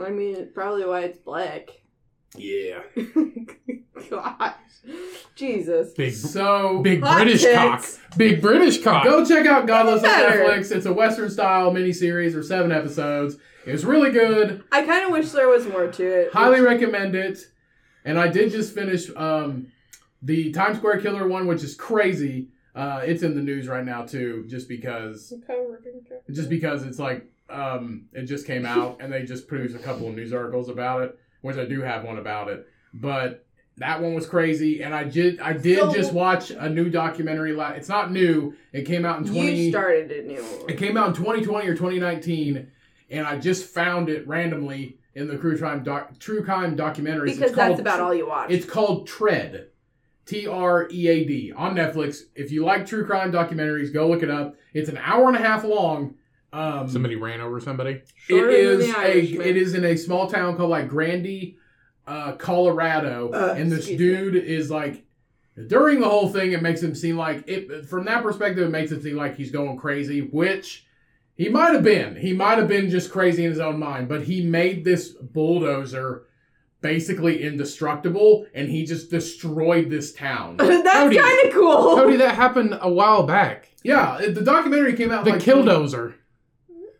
D: I mean, it's probably why it's black.
A: Yeah.
D: Gosh. Jesus.
A: Big
C: So
A: big
D: Hot
A: British
D: tits.
A: cock. Big British cock.
C: go check out Godless on
D: Better.
C: Netflix. It's a Western style miniseries or seven episodes. It's really good.
D: I kind of wish there was more to it.
C: Highly recommend it. And I did just finish um, the Times Square Killer one, which is crazy. Uh, it's in the news right now too, just because just because it's like um, it just came out and they just produced a couple of news articles about it, which I do have one about it. But that one was crazy, and I did I did
D: So-
C: just watch a new documentary. La- it's not new. It came out in
D: You
C: twenty.
D: started a new
C: It
D: one.
C: came out in twenty twenty or twenty nineteen, and I just found it randomly in the True Crime doc- True Crime documentaries. It's
D: Because that's
C: called-
D: about all you watch.
C: It's called Tread. T R E A D on Netflix. If you like true crime documentaries, go look it up. It's an hour and a half long. Um,
A: Somebody ran over somebody.
C: it
D: Shorter than
C: is
D: The
C: a
D: Irishman.
C: it is in a small town called like Grandy, uh, Colorado,
D: Uh,
C: and this
D: excuse
C: dude is like during the whole thing it makes him seem like it from that perspective it makes him seem like he's going crazy, which he might have been. He might have been just crazy in his own mind, but he made this bulldozer basically indestructible and he just destroyed this town.
D: that's
A: Cody.
D: kind of cool.
A: Cody, that happened a while back.
C: yeah, it- the documentary came out
A: The
C: like
A: killdozer.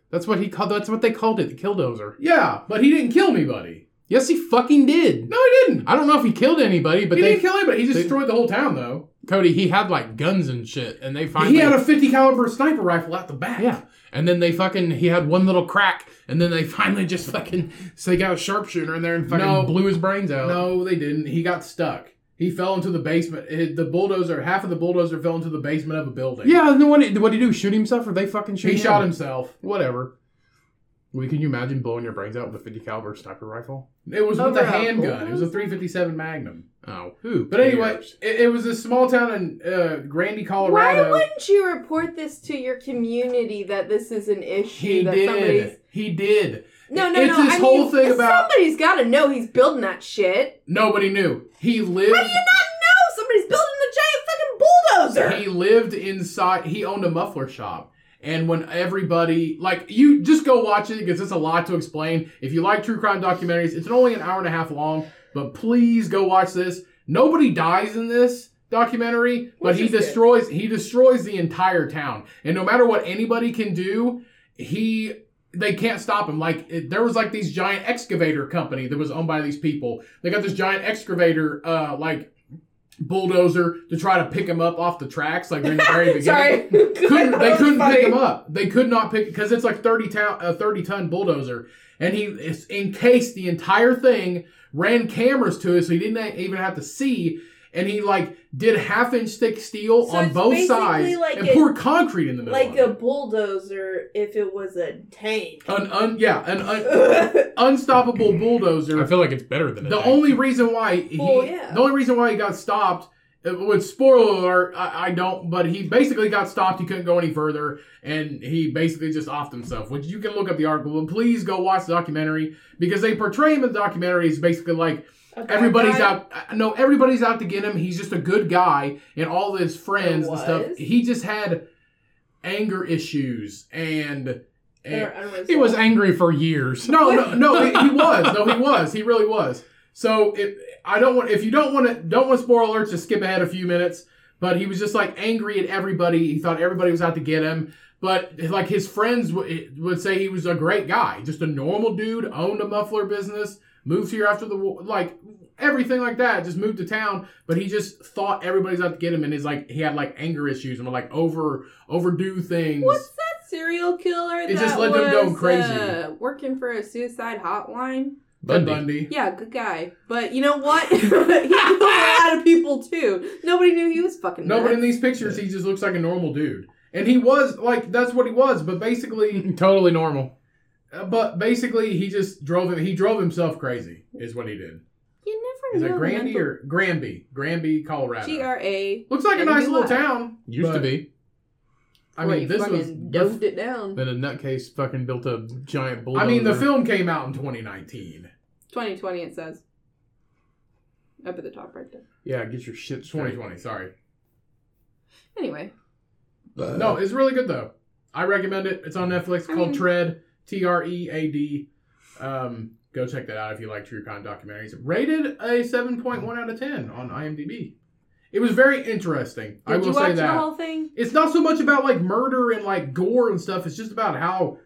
A: That's what he called. That's what they called it, the killdozer.
C: Yeah, but he didn't kill anybody.
A: Yes, he fucking did.
C: No, he didn't.
A: I don't know if he killed anybody, but
C: he
A: they
C: didn't kill anybody. He just
A: they-
C: destroyed the whole town, though.
A: Cody he had like guns and shit, and they finally
C: He had a 50 caliber sniper rifle out the back.
A: yeah. And then they fucking he had one little crack, and then they finally just fucking so they got a sharpshooter in there and fucking
C: No.
A: blew his brains out.
C: No, they didn't. He got stuck. He fell into the basement. It- the bulldozer, half of the bulldozer fell into the basement of a building.
A: Yeah, and then what did what he do? Shoot himself, or they fucking shoot?
C: He
A: him?
C: shot himself.
A: Whatever. Well, can you imagine blowing your brains out with a 50 caliber sniper rifle?
C: It was with
D: Over
C: a
D: a
C: handgun. It was a
D: bulldozer?
C: 357 Magnum.
A: Oh, who?
C: But anyway,
A: cares?
C: it, it was a small town in uh, Grandy,
D: Why
C: Colorado.
D: wouldn't you report this to your community that this is an issue
C: he
D: that somebody's
C: did. He did.
D: No, no,
C: It's
D: no.
C: this
D: I
C: whole
D: mean,
C: thing about-
D: somebody's got to know he's building that shit.
C: Nobody knew. He
D: How do
C: lived.
D: you not know somebody's building a giant fucking bulldozer?
C: He lived inside. He owned a muffler shop. And when everybody like you, just go watch it because it's a lot to explain. If you like true crime documentaries, it's only an hour and a half long, but please go watch this. Nobody dies in this documentary, but
D: Which
C: he
D: is good.
C: destroys he destroys the entire town. And no matter what anybody can do, he they can't stop him. Like it, there was like these giant excavator company that was owned by these people. They got this giant excavator uh like bulldozer to try to pick him up off the tracks like during the very beginning.
D: Sorry,
C: Couldn't, they couldn't
D: Funny.
C: pick him up. They could not pick because it's like thirty ton, a thirty ton bulldozer, and he it's encased the entire thing. Ran cameras to it, so he didn't even have to see. And he like did half inch thick steel
D: So
C: on
D: it's
C: both
D: basically
C: sides
D: like
C: and
D: a-
C: poured concrete in the middle.
D: Like a
C: of
D: bulldozer, if it was a tank.
C: it. an un, yeah an un, unstoppable bulldozer.
A: I feel like it's better than a
C: The
A: tank.
C: only reason why he,
D: Well, yeah.
C: the only reason why he got stopped uh, with spoiler alert, I, I don't, but he basically got stopped. He couldn't go any further, and he basically just offed himself. Which you can look up the article, but please go watch the documentary because they portray him in the documentary as basically like everybody's out. uh, No, everybody's out to get him. He's just a good guy, and all his friends and stuff.
D: was.
C: He just had anger issues, and, and
D: It
A: he was angry for years.
C: no, no, no. He, he was. No, he was. He really was. So if I don't want, if you don't want to, don't want spoiler alerts, just skip ahead a few minutes. But he was just like angry at everybody. He thought everybody was out to get him. But like his friends w- would say, he was a great guy, just a normal dude, owned a muffler business, moved here after the war, like everything like that. Just moved to town, but he just thought everybody's out to get him, and is like he had like anger issues and would like over overdo things.
D: What's that serial killer?
C: It
D: that
C: just let them go
D: was,
C: crazy.
D: Uh, working for a suicide hotline.
C: Ted
A: Bundy.
C: Bundy.
D: Yeah, good guy. But you know what? he killed a lot of people too. Nobody knew he was fucking.
C: No, but in
D: nuts.
C: these pictures, he just looks like a normal dude, and he was like that's what he was. But basically,
A: Totally normal.
C: uh, but basically, he just drove him. He drove himself crazy, is what he did.
D: you
C: Is it
D: never know.
C: Granby or Granby? Granby, Colorado.
D: G R A.
C: looks like a
D: Granby
C: nice little
D: what?
C: town.
A: Used to
C: But-
A: be.
C: I mean, this was.
D: dosed it down.
A: Then a nutcase fucking built a giant bulldozer.
C: I mean, the film came out in 2019.
D: 2020, it says. Up at the top right there.
A: Yeah, get your shit straight.
C: 2020, sorry.
D: Anyway,
C: No, it's really good though. I recommend it. It's on Netflix.
D: Mm. I
C: called
D: mean-
C: Tread. T R E A D. Um, go check that out if you like true crime documentaries. Rated a seven point one out of ten on IMDb. It was very interesting.
D: did
C: I will
D: you
C: say
D: watch
C: that.
D: the whole thing?
C: it's not so much about like murder and like gore and stuff. It's just about how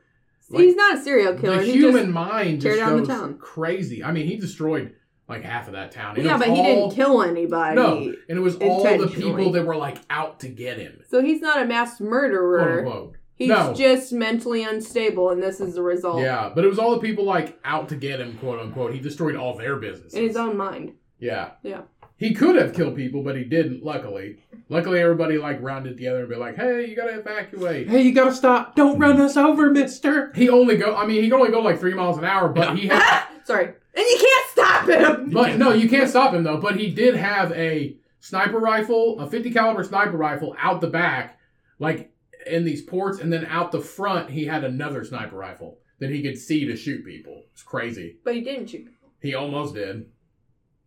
C: Like,
D: He's not a serial killer.
C: the
D: he
C: human mind
D: tear
C: just
D: down
C: goes
D: the town.
C: crazy. I mean, he destroyed like half of that town.
D: just,
C: And it
D: yeah,
C: was
D: but he
C: all-
D: didn't kill anybody.
C: No, and it was all the people
D: intentionally.
C: that were like out to get him.
D: So he's not a mass
C: Quote
D: murderer.
C: unquote.
D: He's
C: No.
D: just mentally unstable, and this is the result.
C: Yeah, but it was all the people like out to get him, quote unquote. He destroyed all their businesses.
D: In his own mind.
C: yeah.
D: Yeah.
C: He could have killed people, but he didn't, luckily. Luckily everybody like rounded together and be like, Hey, you gotta evacuate.
A: Hey, you gotta stop. Don't run us over, mister.
C: He only go I mean, he can only go like three miles an hour, but he had
D: Sorry. And you can't stop him!
C: But no, you can't stop him though. But he did have a sniper rifle, a 50 caliber sniper rifle out the back, like in these ports, and then out the front he had another sniper rifle that he could see to shoot people. It's crazy.
D: But he didn't shoot.
C: He almost did.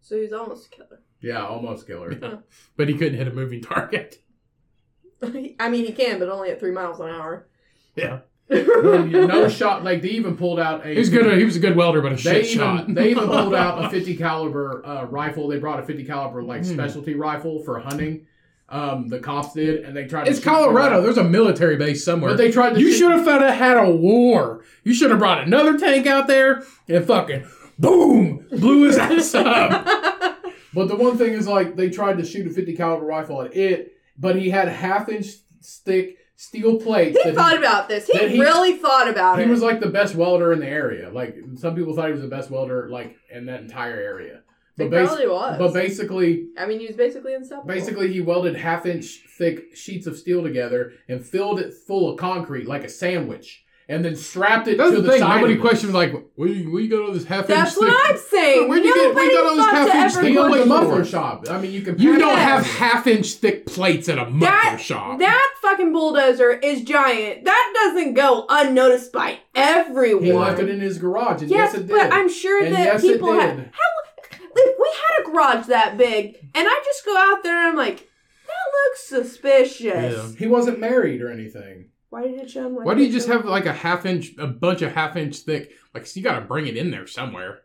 D: So he's almost a killer.
C: Yeah, almost killer.
A: But he couldn't hit a moving target.
D: I mean, he can, but only at three miles an hour.
A: Yeah.
C: no shot. Like they even pulled out a.
A: He was good. He was a good welder, but a
C: They
A: shit
C: even
A: shot.
C: they even pulled out a 50 caliber uh, rifle. They brought a 50 caliber like
A: Hmm.
C: specialty rifle for hunting. Um, the cops did, and they tried.
A: It's
C: to shoot them
A: Colorado.
C: out.
A: There's a military base somewhere.
C: but they tried to.
A: you
C: shoot-
A: should have had a war. You should have brought another tank out there and fucking boom, blew his ass up.
C: But the one thing is, like, they tried to shoot a 50 caliber rifle at it, but he had half inch thick steel plates.
D: He
C: that
D: thought about this. He,
C: that he-
D: really thought about
C: he
D: it.
C: was like the best welder in the area. Like some people thought he was the best welder like in that entire area.
D: He
C: But, bas-
D: probably was.
C: but basically,
D: I mean, he was basically unstoppable.
C: basically he welded half inch thick sheets of steel together and filled it full of concrete like a sandwich, and then strapped it
A: That's
C: to
A: the
C: the,
A: thing.
C: side.
A: Nobody
C: of it.
A: questioned like, where you, where you got all this half inch
D: That's
A: stick?
D: what I'm saying.
A: Where'd you get- where'd
D: Nobody
A: you get all those
D: thought to
A: half-inch
D: ever
C: He
A: things?
C: owned
A: What
C: a
A: the
C: muffler
A: fuck?
C: shop. I mean, you can.
A: You
C: pack
A: don't
C: it.
A: have half inch thick plates at a muffler
D: That-
A: shop.
D: That fucking bulldozer is giant. That doesn't go unnoticed by everyone.
C: He left it in his garage, and yes,
D: yes,
C: it did.
D: but I'm sure
C: and
D: that
C: yes,
D: people
C: it
D: have.
C: did.
D: If we had a garage that big, and I just go out there and I'm like, that looks suspicious.
A: Yeah.
C: He wasn't married or anything.
D: Why did it show?
A: Why do you just have like a half inch, a bunch of half inch thick? Like, so you got to bring it in there somewhere.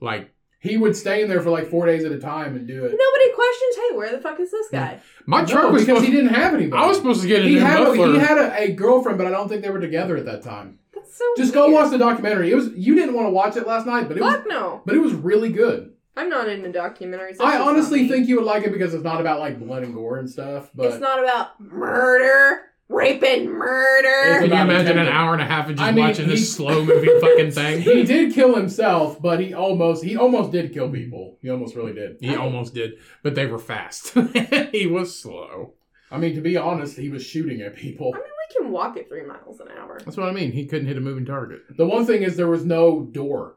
A: Like,
C: He would stay in there for like four days at a time and do it.
D: Nobody questions. Hey, where the fuck is this guy?
A: my
C: No,
A: truck was
C: because
A: supposed.
C: he didn't have anybody.
A: I was supposed to get a
C: He
A: new
C: had
A: muffler.
C: he had a, a girlfriend, but I don't think they were together at that time.
D: That's so.
C: Just go
D: weird.
C: watch the documentary. It was you didn't want to watch it last night, but it was
D: Fuck no.
C: but it was really good.
D: I'm not into documentaries. That's
C: I
D: just not
C: honestly
D: me.
C: think you would like it because it's not about like blood and gore and stuff.
D: it's
C: But
D: not about murder, rape, and murder.
A: Can you
C: about
A: imagine an
C: attempted-
A: hour and a half of just
C: I mean,
A: watching
C: he-
A: this slow moving fucking thing?
C: he did kill himself, but he almost he almost did kill people. He almost really did.
A: He almost did, but they were fast. he was slow.
C: I mean, to be honest, he was shooting at people.
D: I mean, we can walk at three miles an hour.
A: That's what I mean. He couldn't hit a moving target.
C: The one thing is there was no door.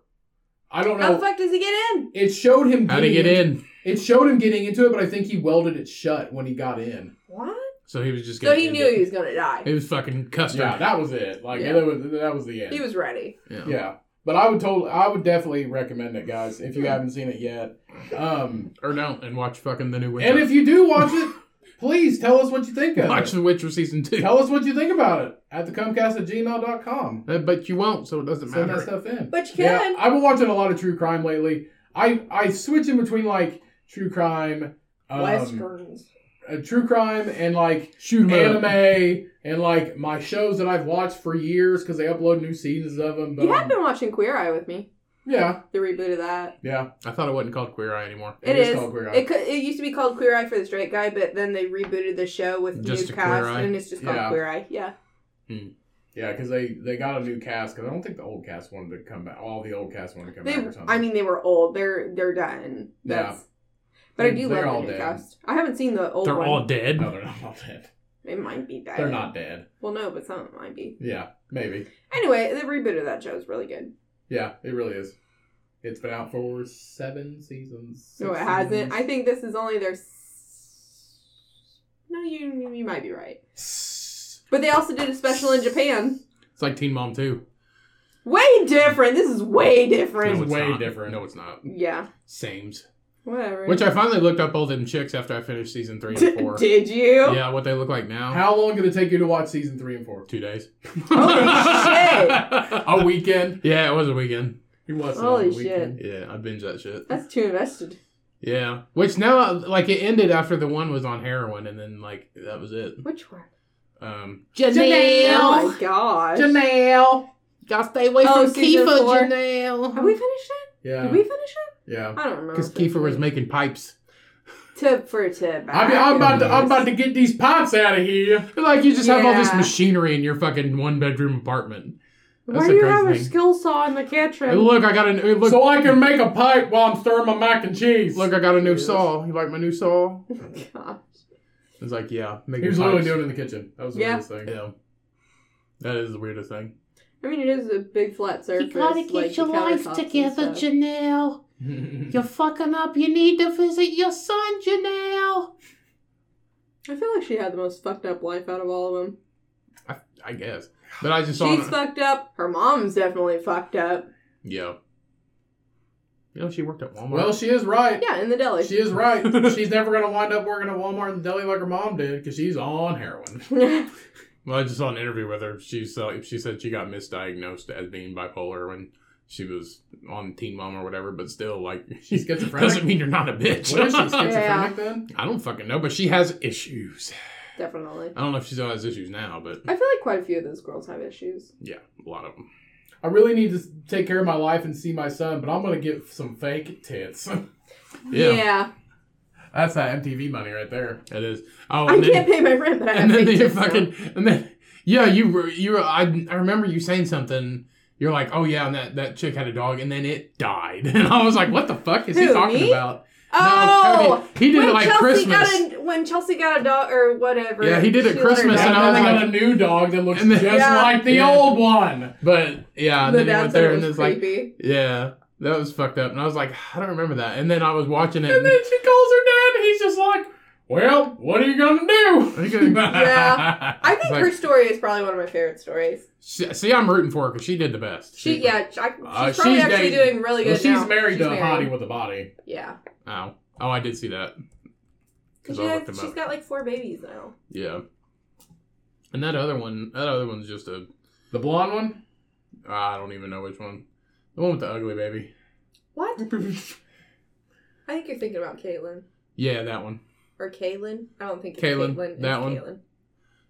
C: I don't
D: How the
C: know.
D: fuck does he get in?
C: It showed him
A: How'd he get
C: getting
A: in?
C: It showed him getting into it, but I think he welded it shut when he got in.
D: What?
A: So he was just.
D: So
A: Gonna
D: he
A: end
D: knew
A: it.
D: he was gonna die.
A: He was fucking custard.
C: Yeah, that was it. Like
D: Yeah.
C: that was that was the end.
D: He was ready.
C: yeah, but I would totally, I would definitely recommend it, guys. If you haven't seen it yet, um,
A: Or don't and watch fucking the new Witcher.
C: and if you do watch it, please tell us what you think of
A: watch
C: it.
A: the Witcher season two,
C: Tell us what you think about it at the Comcast at gmail.com.
A: Uh, but you won't, so it doesn't
C: Send that
A: matter.
C: stuff in.
D: But you
C: Yeah,
D: can.
C: I've been watching a lot of true crime lately. I I switch in between like true crime, um,
D: Westerns.
C: uh, true crime, and like
A: Shoot him up.
C: anime and like my shows that I've watched for years because they upload new seasons of them. But
D: You have
C: um,
D: been watching Queer Eye with me.
C: yeah,
D: The reboot of that.
C: yeah,
A: I thought it wasn't called Queer Eye anymore.
D: it is.
C: called Queer Eye.
D: It, cou- it used to be called Queer Eye for the Straight Guy, but then they rebooted the show with
A: Just a
D: new
A: Queer
D: cast,
A: Eye?
D: and it's just called
C: Yeah.
D: Queer Eye. Yeah.
C: yeah, because they they got a new cast because I don't think the old cast wanted to come back. All the old cast wanted to come
D: They,
C: back or something.
D: I mean, they were old. They're they're done.
C: Yeah.
D: That's. But I
C: They-
D: do
C: they're
D: love
C: all
D: the new
C: dead.
D: cast. I haven't seen the old
A: They're
D: one.
A: all dead.
C: no, they're not all dead.
D: They might be dead.
C: They're not dead.
D: Well, no, but some of them might be.
C: Yeah, maybe.
D: Anyway, the reboot of that show is really good.
C: Yeah, it really is. It's been out for seven seasons.
D: No, it
C: six
D: hasn't.
C: seasons.
D: I think this is only their. s- No, you you might be right. But they also did a special in Japan.
A: It's like Teen Mom 2.
D: Way different. This is way
A: no,
D: different.
A: it's
C: way
A: not.
C: different.
A: No, it's not.
D: Yeah.
A: Sames.
D: Whatever.
A: Which I finally looked up all them chicks after I finished season three and four.
D: did you?
A: yeah, what they look like now.
C: How long did it take you to watch season three and four?
A: Two days.
D: Holy
C: A weekend.
A: Yeah, it was a weekend.
C: He was
D: Holy
C: a weekend.
A: Yeah, I binge that shit.
D: That's too invested.
A: Yeah. Which now, like, it ended after the one was on heroin, and then, like, that was it.
D: Which one?
A: Um,
D: Oh my gosh.
C: Janelle.
A: Gotta stay away
D: Oh,
A: from
D: season
A: Kiefer,
D: four. Have we
A: Janelle.
D: finished it?
C: Yeah.
D: Did we finish it?
C: yeah.
D: I don't remember.
A: Because
D: if we
A: Kiefer was
D: finished.
A: making pipes.
D: tip for tip.
C: I mean, I'm about to I'm about to get these pots out of here.
A: Like, you just have all this
D: Yeah.
A: machinery in your fucking one bedroom apartment. That's
D: Why
A: a
D: do you
A: crazy
D: have a
A: thing.
D: skill saw in the
A: Hey,
D: kitchen?
A: look, I got a new look.
C: So I can make a pipe while I'm stirring my mac and cheese.
A: look, I got a new
D: Yes.
A: saw. You like my new saw?
D: God.
A: It's like, yeah, make
C: he was
A: your
C: literally
A: pipes.
C: doing it in the kitchen. That was the
D: Yeah.
C: weirdest thing.
A: Yeah, that is the weirdest thing.
D: I mean, it is a big flat surface. like, the countertops and stuff.
B: Janelle. You're fucking up. You need to visit your son, Janelle.
D: I feel like she had the most fucked up life out of all of them.
A: I guess, but I just saw.
D: She's fucked up. Her mom's definitely fucked up.
A: yeah, you know she worked at Walmart.
C: Well, she is right.
D: Yeah, in the deli.
C: She is right. She's never gonna wind up working at Walmart and deli like her mom did because she's on heroin.
A: Well, I just saw an interview with her. She saw, she said she got misdiagnosed as being bipolar when She was on Teen Mom or whatever, but still, like,
C: She's schizophrenic.
A: doesn't mean you're not a bitch.
C: What is she schizophrenic
D: Yeah.
C: then?
A: I don't fucking know, but she has issues.
D: Definitely.
A: I don't know if she still has issues now, but
D: I feel like quite a few of those girls have issues.
A: yeah, a lot of them.
C: I really need to s- take care of my life and see my son, but I'm gonna get some fake tits.
A: Yeah.
C: That's that MTV money right there.
A: It is. Oh,
D: I
A: and
D: can't
A: then,
D: pay my rent, but I have
A: and then
D: big
A: they
D: tits now.
A: fucking and then yeah, you were you were, I I remember you saying something. You're like, oh yeah, and that that chick had a dog, and then it died, and I was like, what the fuck is he
D: Who,
A: talking
D: me?
A: about?
D: Oh!
A: no, Cody, he did it like Christmas.
D: Got a, when Chelsea got a dog or whatever.
A: Yeah, he did it
D: she let her
A: Christmas,
D: dog
A: and
C: And
A: I
C: then
A: was
C: they
D: die.
C: got a new dog that looks
A: And then-
C: just
D: Yeah.
C: like the
A: Yeah.
C: old one.
A: But yeah, and
D: The
A: then he
D: dad
A: went
D: said
A: there
D: it
A: and
D: was
A: it's like,
D: creepy.
A: yeah, that was fucked up. And I was like, I don't remember that. And then I was watching it.
C: And then she calls her dad, and he's just like, "Well, what are you gonna do?"
D: Yeah. I think
A: Like-
D: her story is probably one of my favorite stories.
A: she, see, I'm rooting for her because she did the best.
D: She, yeah, I, she's
C: Uh,
D: probably
C: she's
D: actually
C: dating-
D: doing really good
C: Well, she's
D: now.
C: married to a
D: married.
C: hottie with a body.
D: Yeah.
A: Ow. Oh, I did see that.
D: Because
A: I looked
D: she's
A: him up.
D: got like four babies now.
A: Yeah. And that other one, that other one's just a,
C: The blonde one.
A: I don't even know which one. The one with the ugly baby.
D: What? I think you're thinking about Caitlyn.
A: Yeah, that one.
D: Or Kaylin. I don't think it's
A: Caitlyn,
D: Caitlyn. it's
A: that one.
D: Caitlyn.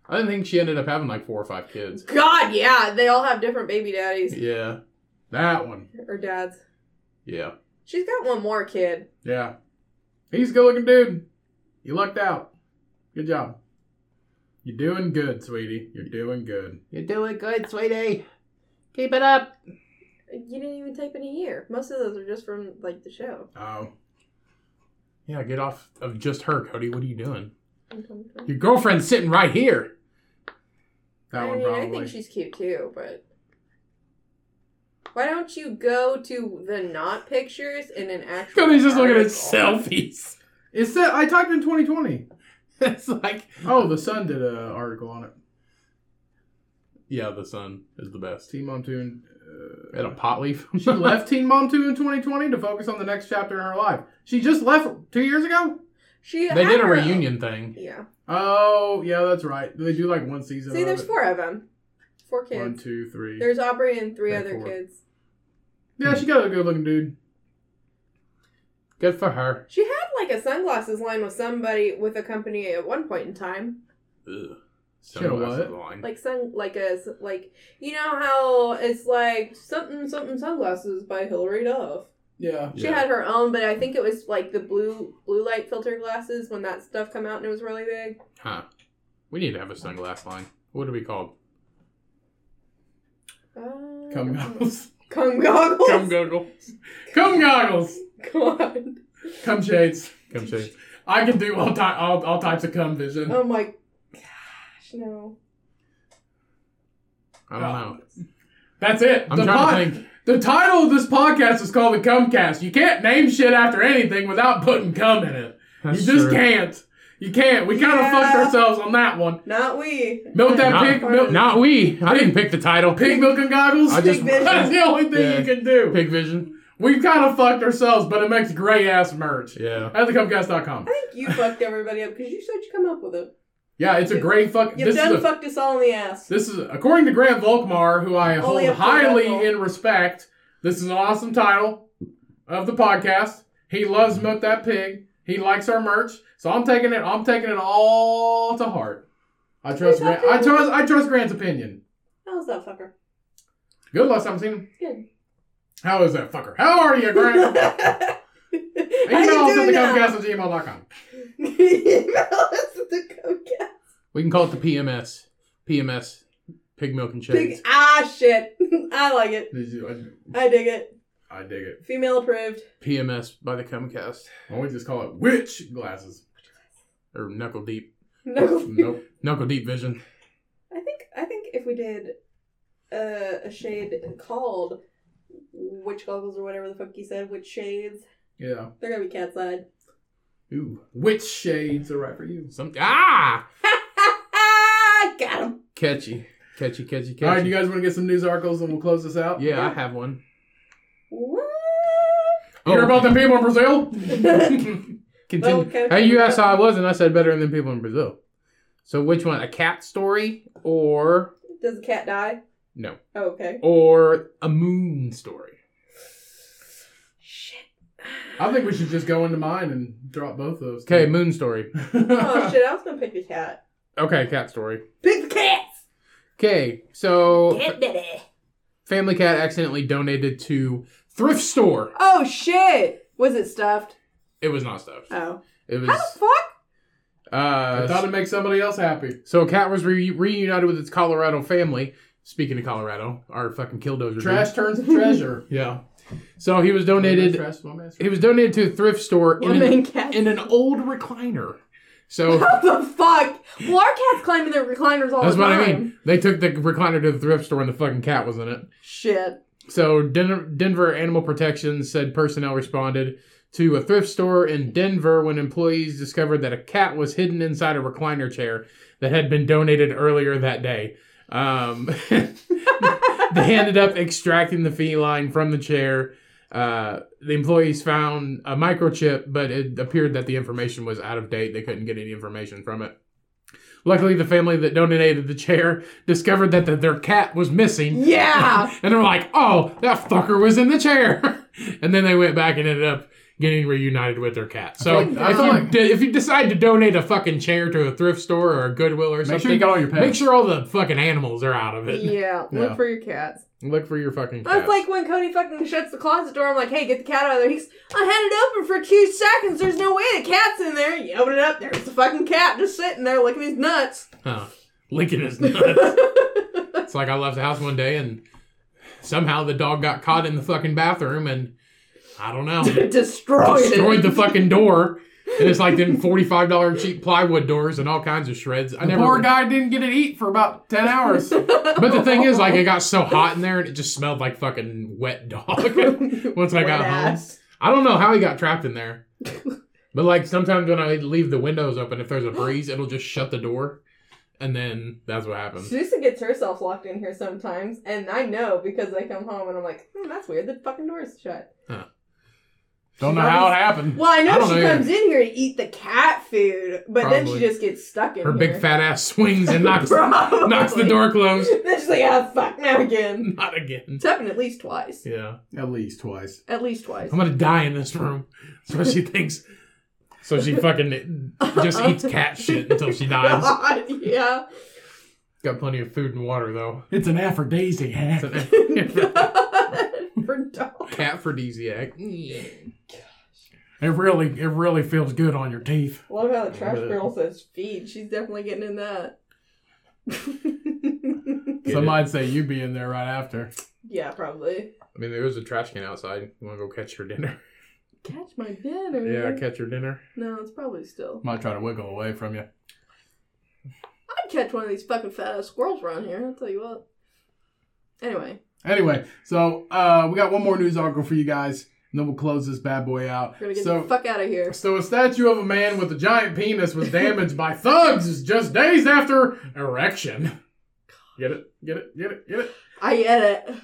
A: I didn't think she ended up having like four or five kids.
D: God, yeah. They all have different baby daddies
A: Yeah.
C: That one.
D: or dads.
A: Yeah.
D: She's got one more kid.
C: Yeah. He's a good-looking dude. You lucked out. Good job. You're doing good, sweetie. You're doing good.
A: You're doing good, sweetie.
E: Keep it up.
D: You didn't even type in a year. Most of those are just from like the show.
C: Oh,
A: Yeah, get off of just her, Cody. What are you doing? Your girlfriend's sitting right here.
C: that
D: I
C: one
D: mean, I
C: probably.
D: think she's cute too, but why don't you go to the not pictures in an actual?
A: Cody's just looking at
D: article?
A: selfies.
C: It's that I typed in 2020.
A: It's like,
C: Oh, the Sun did an article on it.
A: yeah, the sun is the best.
C: Team on two and.
A: At a pot leaf.
C: She left Teen Mom 2 in 2020 to focus on the next chapter in her life. She just left two years ago?
D: She
A: They
D: had
A: did a
D: her-
C: uh,
A: reunion thing.
D: Yeah.
C: Oh, yeah, that's right. They do like one season.
D: See,
C: of
D: there's
C: it.
D: four of them. Four kids.
C: One, two, three.
D: There's Aubrey and three
C: There are
D: other
C: four.
D: kids.
C: yeah, she got a good looking dude.
A: Good for her.
D: She had like a sunglasses line with somebody with a company at one point in time.
A: Ugh.
C: Should've
A: Sunglasses
C: what?
A: line.
D: Like sun, like a s- like you know how it's like something something sunglasses by Hillary Duff.
C: Yeah.
D: She
A: Yeah.
D: had her own, but I think it was like the blue blue light filter glasses when that stuff come out and it was really big.
A: Huh. We need to have a sunglass line. What are we called?
D: Uh,
C: Cum goggles.
D: Cum goggles.
A: Cum goggle.
C: Cum goggles.
D: God.
C: Cum shades.
A: Cum shade.
C: I can do all, ty- all, all types of cum vision.
D: Oh my gosh, no.
A: I don't know.
C: That's it.
A: I'm
C: the, pod-
A: trying to think.
C: the title of this podcast is called The Cumcast. You can't name shit after anything without putting cum in it.
A: That's
C: you just
A: true.
C: can't. You can't. We kind of
D: Yeah.
C: fucked ourselves on that one.
D: Not we.
C: Milk that
A: Not-
C: pig. Milk,
A: Not we. I didn't pick the title.
C: Pig milk and goggles.
A: I just- Pig
C: That's the only thing
A: Yeah.
C: you can do.
A: Pig vision.
C: We've kind of fucked ourselves, but it makes great ass merch.
A: Yeah.
C: At thecumcast.com.
D: I think you fucked everybody up because you said you come up with it.
C: Yeah, it's a great fuck.
D: You've
C: This is
D: done
C: a,
D: fucked us all in the ass.
C: this is according to Grant Volkmar, who I
D: Only
C: hold
D: a full
C: highly
D: vessel.
C: in respect. This is an awesome title of the podcast. He loves milk that pig. He likes our merch, so I'm taking it. I'm taking it all to heart. I trust Grant. I trust. I trust Grant's opinion.
D: How's that fucker?
C: Good last time I've seen him.
D: Good.
C: How is that fucker? How are you, Grant?
D: How
C: Email us
D: you
C: at
D: doing now?
C: thecumcast at gmail.com.
D: Email us at the Comcast.
A: We can call it the PMS. PMS. Pig milk and shades.
D: Big ah shit. I like it.
C: Did you-
D: I dig it.
C: I, I dig it.
D: Female approved.
A: PMS by the Comcast.
C: Why don't we just call it witch glasses?
A: Or knuckle deep.
D: No.
C: Nope.
A: Knuckle deep vision.
D: I think I think if we did uh, a shade called witch goggles or whatever the fuck you said, witch shades,
C: Yeah.
D: they're gonna be cat's eyed.
A: Ooh.
C: Witch shades are right for you.
A: Some ah.
D: Got him.
A: Catchy, catchy, catchy, catchy.
C: All right, you guys want to get some news articles and we'll close this out?
A: yeah, I have one. Oh.
D: What?
C: You hear about the people in Brazil?
A: continue.
D: Oh, okay.
A: Hey, you asked how I was, and I said better than people in Brazil. So which one? A cat story or
D: Does the cat die?
A: no,
D: Oh, okay.
A: or a moon story?
C: I think we should just go into mine and drop both those.
A: Okay, moon story.
D: oh shit! I was gonna pick the cat.
A: Okay, cat story.
D: Pick the cats.
A: Okay, so
D: Get it.
A: family cat accidentally donated to thrift store.
D: Oh shit! Was it stuffed?
A: It was not stuffed.
D: Oh.
A: It
D: How the
A: was.
D: fuck?
A: Uh,
C: I thought it'd make somebody else happy.
A: So a cat was re- reunited with its Colorado family. Speaking of Colorado, our fucking killdozer. dude.
C: Trash turns into treasure.
A: Yeah. So he was donated.
C: Trash, my master.
A: He was donated to a thrift store in
D: One
A: an,
D: man cat.
A: in an old recliner. So
D: How the fuck? Well, our cats climbing their recliners all
A: that's
D: the
A: what
D: time.
A: I mean. They took the recliner to the thrift store, and the fucking cat was in it.
D: Shit.
A: So Den- Denver Animal Protection said personnel responded to a thrift store in Denver when employees discovered that a cat was hidden inside a recliner chair that had been donated earlier that day. Um, they ended up extracting the feline from the chair. Uh, the employees found a microchip, but it appeared that the information was out of date. They couldn't get any information from it. Luckily, the family that donated the chair discovered that the, their cat was missing
D: Yeah.
A: and they're like, oh, that fucker was in the chair. and then they went back and ended up getting reunited with their cat. So
C: I feel like-
A: if,
C: I
A: you
C: feel like-
A: de- if you decide to donate a fucking chair to a thrift store or a Goodwill or
C: Make
A: something,
C: sure you got all your pets.
A: make sure all the fucking animals are out of it.
D: yeah.
A: Yeah.
D: Look for your cats.
A: Look for your fucking cat.
D: That's like when Cody fucking shuts the closet door. I'm like, hey, get the cat out of there. He's, I had it open for two seconds. There's no way the cat's in there. You open it up, there's the fucking cat just sitting there licking his nuts.
A: huh. Licking his nuts. it's like I left the house one day and somehow the dog got caught in the fucking bathroom and I don't know.
C: Oh,
D: Destroyed,
A: destroyed
D: it.
A: the fucking door. And it's like them $45 cheap plywood doors and all kinds of shreds. I
C: The
A: never
C: poor guy didn't get to eat for about ten hours.
A: But the thing is, like, it got so hot in there and it just smelled like fucking wet dog once I got
D: Wet
A: home.
D: ass.
A: I don't know how he got trapped in there. But, like, sometimes when I leave the windows open, if there's a breeze, it'll just shut the door. And then that's what happens.
D: Susan gets herself locked in here sometimes, and I know because I come home and I'm like, hmm, that's weird. The fucking door's shut.
C: Don't know how it happened.
D: Well, I know
A: I don't
D: she
A: know either.
D: comes in here to eat the cat food, but then
A: Probably.
D: she just gets stuck in
A: Her
D: here.
A: big fat ass swings and knocks,
D: Probably.
A: knocks the door closed.
D: then she's like, ah, fuck, now again.
A: Not again.
D: It's happened at least twice.
A: Yeah.
C: At least twice.
D: At least twice.
A: I'm going to die in this room. So she thinks. So she fucking just eats cat shit until she dies.
D: God, yeah.
A: Got plenty of food and water, though.
C: It's an aphrodisiac.
A: It's an
D: For dog.
A: aphrodisiac.
C: It really, it really feels good on your teeth.
D: Love how the trash
A: Yeah.
D: girl says feed. She's definitely getting in that.
A: Get
C: Some
A: it.
C: might say you'd be in there right after.
D: yeah, probably.
A: I mean, there was a trash can outside. You want to go catch your dinner?
D: Catch my dinner.
A: Yeah, catch your dinner.
D: No, it's probably still.
C: Might try to wiggle away from you.
D: I'd catch one of these fucking fat ass squirrels around here. I'll tell you what. Anyway,
C: Anyway, so uh, we got one more news article for you guys, and then we'll close this bad boy out.
D: we're gonna get
C: So-
D: the fuck out of here.
C: So, a statue of a man with a giant penis was damaged by thugs just days after erection. Get it? Get it? Get it? Get it?
D: I get it.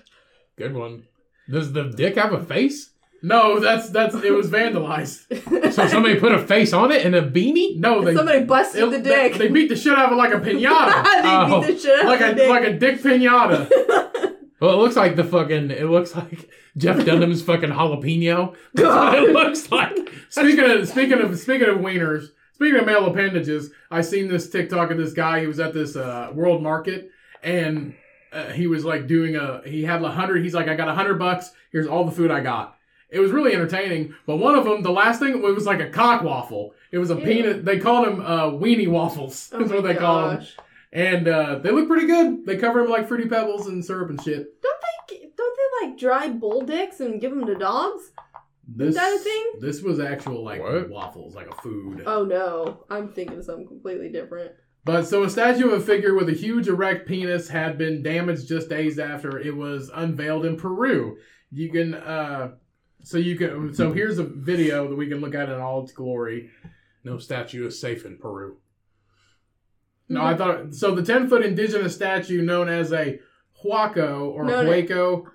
A: Good one. Does the dick have a face?
C: No, that's that's it was vandalized.
A: So somebody put a face on it and a beanie?
C: No, they
D: Somebody busted
C: it-
D: the
C: they-
D: dick.
C: They, beat the shit out of it like a pinata,
A: Oh,
D: they beat the shit out
C: like
D: of the
C: a
D: dick.
C: like a dick pinata.
A: Well, it looks like the fucking. It looks like Jeff Dunham's fucking jalapeno. That's what it looks like.
C: Speaking of speaking of speaking of wieners, speaking of male appendages, I seen this TikTok of this guy. He was at this uh, world market, and uh, he was like doing a. He had a hundred. He's like, I got a hundred bucks. Here's all the food I got. It was really entertaining. But one of them, the last thing, it was like a cock waffle. It was a
D: Ew.
C: peanut. They called them uh, weenie waffles.
D: Oh
C: That's what
D: my
C: they call them.
D: gosh.
C: And uh, they look pretty good. They cover them like fruity pebbles and syrup and shit.
D: Don't they like dry bull dicks and give them to dogs?
C: This
D: that a thing?
C: This was actual like
A: What?
C: waffles, like a food.
D: Oh no, I'm thinking of something completely different.
C: But so a statue of a figure with a huge erect penis had been damaged just days after it was unveiled in Peru. You can uh so you can so here's a video that we can look at in all its glory.
A: No statue is safe in Peru.
C: No, I thought so the 10-foot indigenous statue known as a huaco or
D: No, no.
C: hueco,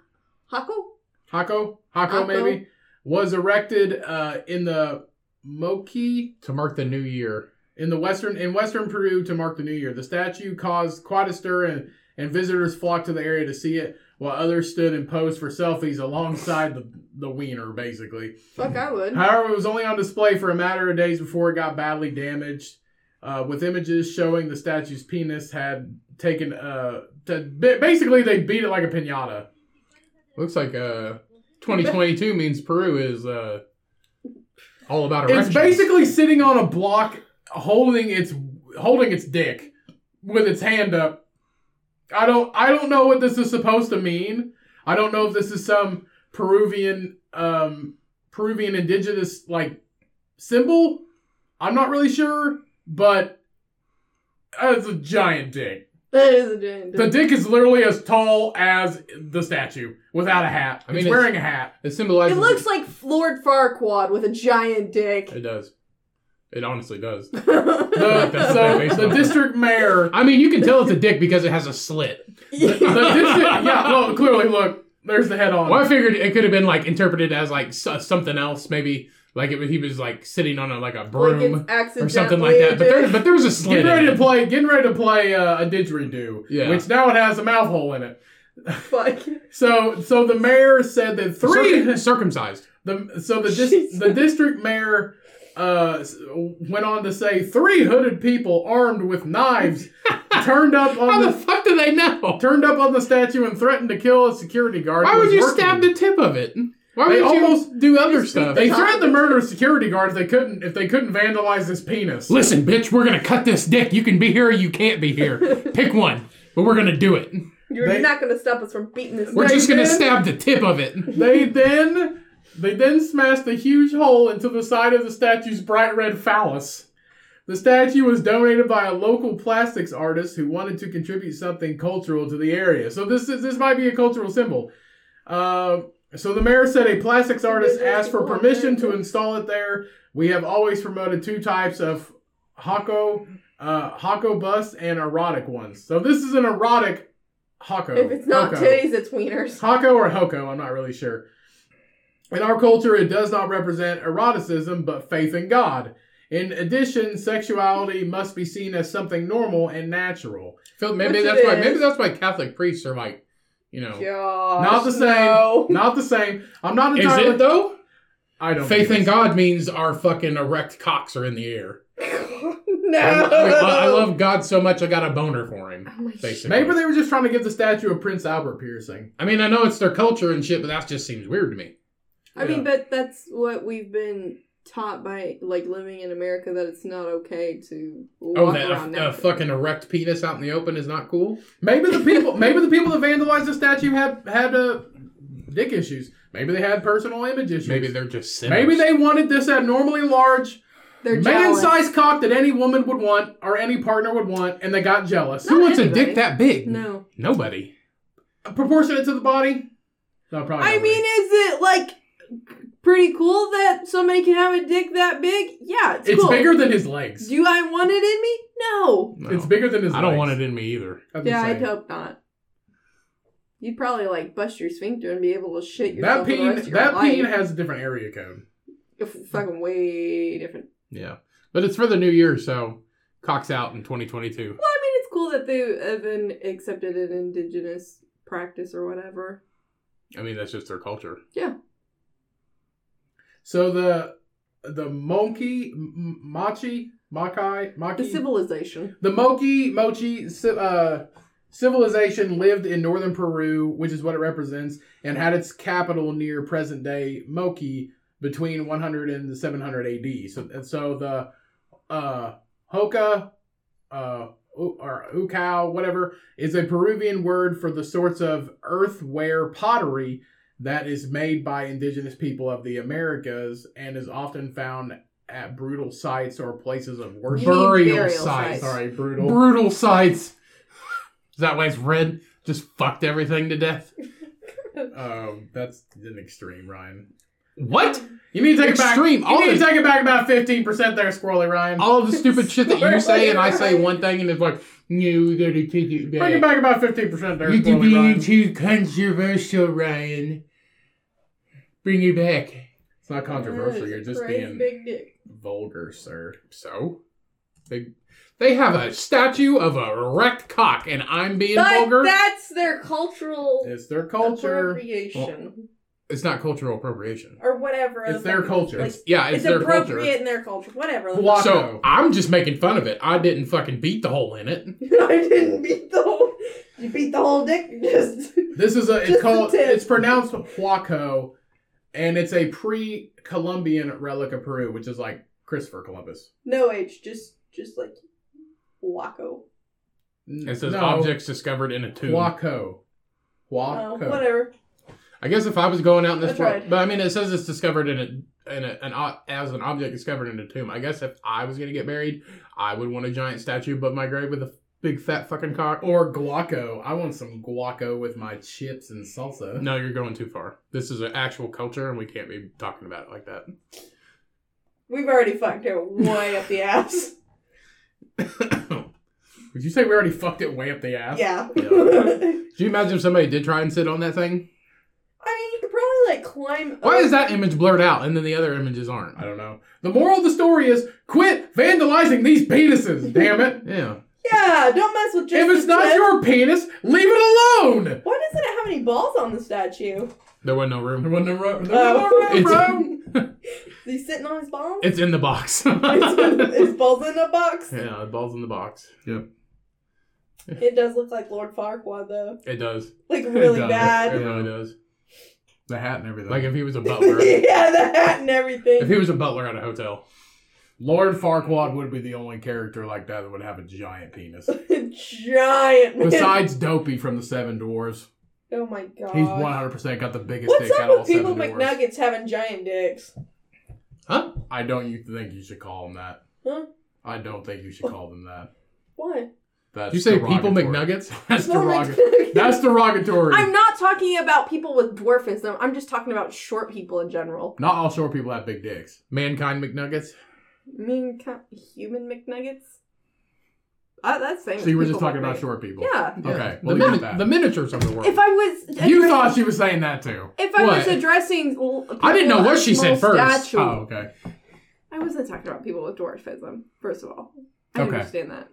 D: Huckle?
C: haco,
D: Huaco.
C: haco maybe was erected uh in the Moqui
A: To mark the new year.
C: in the western in western Peru to mark the new year. The statue caused quite a stir, and, and visitors flocked to the area to see it, while others stood and posed for selfies alongside the the wiener, basically.
D: Fuck, I would.
C: However, it was only on display for a matter of days before it got badly damaged, uh, with images showing the statue's penis had taken. Uh, to, ba- basically, they beat it like a pinata.
A: Looks like uh, 2022 means Peru is uh, all about erections.
C: It's basically sitting on a block, holding its holding its dick with its hand up. I don't I don't know what this is supposed to mean. I don't know if this is some Peruvian um, Peruvian indigenous like symbol. I'm not really sure, but it's a giant dick.
D: That is a giant
C: The
D: dick.
C: dick is literally as tall as the statue without a hat.
A: I mean,
C: it's
A: it's-
C: wearing a hat.
A: it symbolizes.
D: It looks like Lord Farquaad with a giant dick.
A: It does. It honestly does.
C: The,
A: That's
C: so
A: based
C: the
A: on-
C: district mayor
A: I mean, you can tell it's a dick because it has a slit.
C: the district, yeah, well, clearly, look, there's the head on.
A: Well, I figured it could have been like interpreted as like s- something else, maybe like it, he was like sitting on a, like a broom
D: Like it's
A: or something like that. But
D: accidentally a
A: there,
D: dick.
A: but there was a slit.
C: Getting
A: in
C: ready
A: it.
C: to play, getting ready to play uh, a didgeridoo,
A: Yeah.
C: which now it has a mouth hole in it.
D: Fuck.
C: So, so the mayor said that three,
A: Circum- circumcised.
C: the so the dis- the district mayor uh, s- went on to say three hooded people armed with knives turned up on
A: How the
C: the
A: fuck do they know?
C: turned up on the statue and threatened to kill a security guard.
A: Why
C: who
A: would
C: was
A: you
C: working.
A: stab the tip of it? Why
C: They
A: would you
C: almost-
A: almost do other stuff?
C: They threatened to murder security guards. They couldn't if they couldn't vandalize his penis.
A: Listen, bitch, we're gonna cut this dick. You can be here or you can't be here. Pick one, but we're gonna do it.
D: You're
C: They-
D: not gonna stop us from beating this.
A: We're
D: dick.
A: just gonna
C: did.
A: stab the tip of it.
C: They then they then smashed a huge hole into the side of the statue's bright red phallus. The statue was donated by a local plastics artist who wanted to contribute something cultural to the area. So this is this might be a cultural symbol. Uh, so the mayor said a plastics artist asked for permission to install it there. We have always promoted two types of hako, uh, hako bus and erotic ones. So this is an erotic hako.
D: If it's not
C: hoko.
D: titties, it's wieners.
C: Hako or Hoko, I'm not really sure. In our culture, it does not represent eroticism, but faith in God. In addition, sexuality must be seen as something normal and natural.
A: Phil, maybe
D: Which
A: that's
D: it
A: why.
D: is.
A: Maybe that's why Catholic priests are like, you know,
D: Gosh,
C: Not the same.
D: No.
C: Not the same. I'm not
A: is
C: entirely.
A: it though?
C: I don't.
A: Faith
C: think
A: in
C: it's-
A: God means our fucking erect cocks are in the air.
D: no.
A: I, lo- I lo- I love God so much I got a boner for him.
D: Oh my
A: Basically.
C: Maybe they were just trying to give the statue a Prince Albert piercing.
A: I mean, I know it's their culture and shit, but that just seems weird to me.
D: I mean, but that's what we've been taught by like living in America that it's not okay to walk
A: Oh, that
D: around
A: a, a
D: naked.
A: fucking erect penis out in the open is not cool.
C: Maybe the people. maybe the people that vandalized the statue had had uh, dick issues. Maybe they had personal image issues.
A: Maybe they're just sinners.
C: Maybe they wanted this abnormally large
D: They're
C: Man
D: jealous.
C: sized cock that any woman would want or any partner would want, and they got jealous.
A: Who
D: Not
A: wants a
D: anybody.
A: dick that big?
D: No.
A: Nobody.
C: Proportionate to the body? No, probably.
D: I
C: not
D: mean, is it like pretty cool that somebody can have a dick that big? Yeah, it's,
C: really. it's
D: cool.
C: bigger than his legs.
D: Do I want it in me? No.
A: No.
C: It's bigger than his.
A: I don't
C: legs.
A: want it in me either.
C: I'm just
D: Yeah, I'd
C: saying.
D: hope not. You'd probably like bust your sphincter and be able to shit
C: That
D: yourself for the rest of
C: peen,
D: your
C: that
D: life.
C: peen has a different area code.
D: It's fucking way different.
A: Yeah, but it's for the new year, so cocks out in 2022.
D: Well, I mean, it's cool that they even accepted an indigenous practice or whatever.
A: I mean, that's just their culture.
C: So the the monkey m- machi makai
D: The
C: maki
D: civilization.
C: The Moki Mochi ci- uh, civilization lived in northern Peru, which is what it represents, and had its capital near present day Moki between 100 and 700 AD. So, and so the uh, Hoka uh, u- or Ukao, whatever, is a Peruvian word for the sorts of earthware pottery that is made by indigenous people of the Americas and is often found at brutal sites or places of worship.
D: mean
A: Burial,
D: burial
A: sites.
D: sites.
C: Sorry, brutal.
A: Brutal sites. Is that why it's red? Just fucked everything to death.
C: Um, that's an extreme, Ryan.
A: What?
C: You need to take it
A: Extreme.
C: back.
A: All
C: you need
A: the-
C: to take it back about fifteen percent there, Squirrely Ryan.
A: All of the stupid shit that you
D: Sorry.
A: say and I say one thing and it's like, no, we gotta take it
C: Bring it
A: back.
C: back about fifteen percent there,
A: You're
C: Squirrely Ryan.
A: being too controversial, Ryan. Bring it back.
C: It's not controversial. You're just
D: Crazy
C: being
D: Big dick.
C: vulgar, sir.
A: So? They they have a statue of a erect cock and I'm being
D: But
A: vulgar?
D: that's their cultural
C: It's their culture.
D: appropriation.
A: it's not cultural appropriation.
F: or whatever.
A: It's their
F: Like,
A: culture.
F: Like,
A: It's- yeah, it's,
F: it's
A: their
F: appropriate
A: culture.
F: in their culture. Whatever.
A: Guaco.
F: Like,
A: So I'm just making fun of it. I didn't fucking beat the hole in it.
F: I didn't beat the whole. You beat the whole dick. you Just
A: This is a.
F: Just
A: It's
F: a
A: called.
F: tip.
A: It's pronounced Huaco, and it's a pre-Columbian relic of Peru, which is like Christopher Columbus.
F: no H. Just just like Waco.
A: N-
G: It says
A: no,
G: objects discovered in a tomb.
A: Huaco.
F: Oh,
A: Huaco.
F: whatever.
A: I guess if I was going out in this,
F: That's
A: world,
F: right.
A: but I mean, it says it's discovered in a in a, an o- as an object discovered in a tomb. I guess if I was gonna get buried, I would want a giant statue above my grave with a big fat fucking cock.
C: Or guaco. I want some guaco with my chips and salsa.
A: No, you're going too far. This is an actual culture, and we can't be talking about it like that.
F: We've already fucked her way up the ass.
C: Would you say we already fucked it way up the ass?
F: Yeah.
A: Do you imagine if somebody did try and sit on that thing?
F: I mean, you could probably like climb.
A: Why
F: up-
A: is that image blurred out and then the other images aren't?
C: I don't know. The moral of the story is quit vandalizing these penises, damn it.
A: Yeah.
F: Yeah, don't mess with just
C: if it's
F: the
C: not
F: tip.
C: your penis, leave it alone.
F: Why doesn't it have any balls on the statue?
A: There wasn't no room.
C: There wasn't a ro- there
F: Oh.
C: wasn't a row,
A: It's-
C: bro.
F: Is he sitting on his balls?
A: It's in the box.
F: His-
A: yeah,
F: his balls in a box.
A: the ball's in the box.
F: It does look like Lord Farquaad though,
A: It does.
F: like really
C: does.
A: It
F: bad.
A: really does.
C: The hat and everything.
A: Like if he was a butler.
F: yeah, the hat and
A: if he
F: everything.
A: was a butler at a hotel.
C: Lord Farquaad would be the only character like that that would have a giant penis.
F: Giant. man.
C: Besides Dopey from the Seven Dwarves,
F: oh my god.
C: he's one hundred percent got the biggest
F: What's
C: dick out of
F: up
C: all
F: with people
C: seven dwarves.
F: McNuggets having giant dicks?
C: I don't you think you should call him that.
F: Huh?
C: I don't think you should call them that.
F: Why?
C: That's
A: Did you say people
C: derogatory.
A: McNuggets? That's
F: Well,
A: derogatory.
F: McNuggets-
C: That's derogatory.
D: I'm not talking about people with dwarfism. I'm just talking about short people in general.
C: Not all short people have big dicks.
A: Mankind McNuggets.
D: I mean, ca- human McNuggets. Uh, that's famous.
C: So you were just
D: people
C: talking about
D: McNuggets.
C: short people.
D: Yeah.
C: Okay,
A: The,
C: well, leave it
A: mini-
C: at that.
A: the miniatures of the world.
D: If I was,
C: You thought she was saying that too.
D: if I was
A: What?
D: addressing, l-
A: I didn't know
D: people
A: what
D: of
A: she said
D: small
A: first.
D: stature-
C: Oh, okay.
D: I wasn't talking about people with dwarfism. First of all, I
C: Okay.
D: understand that,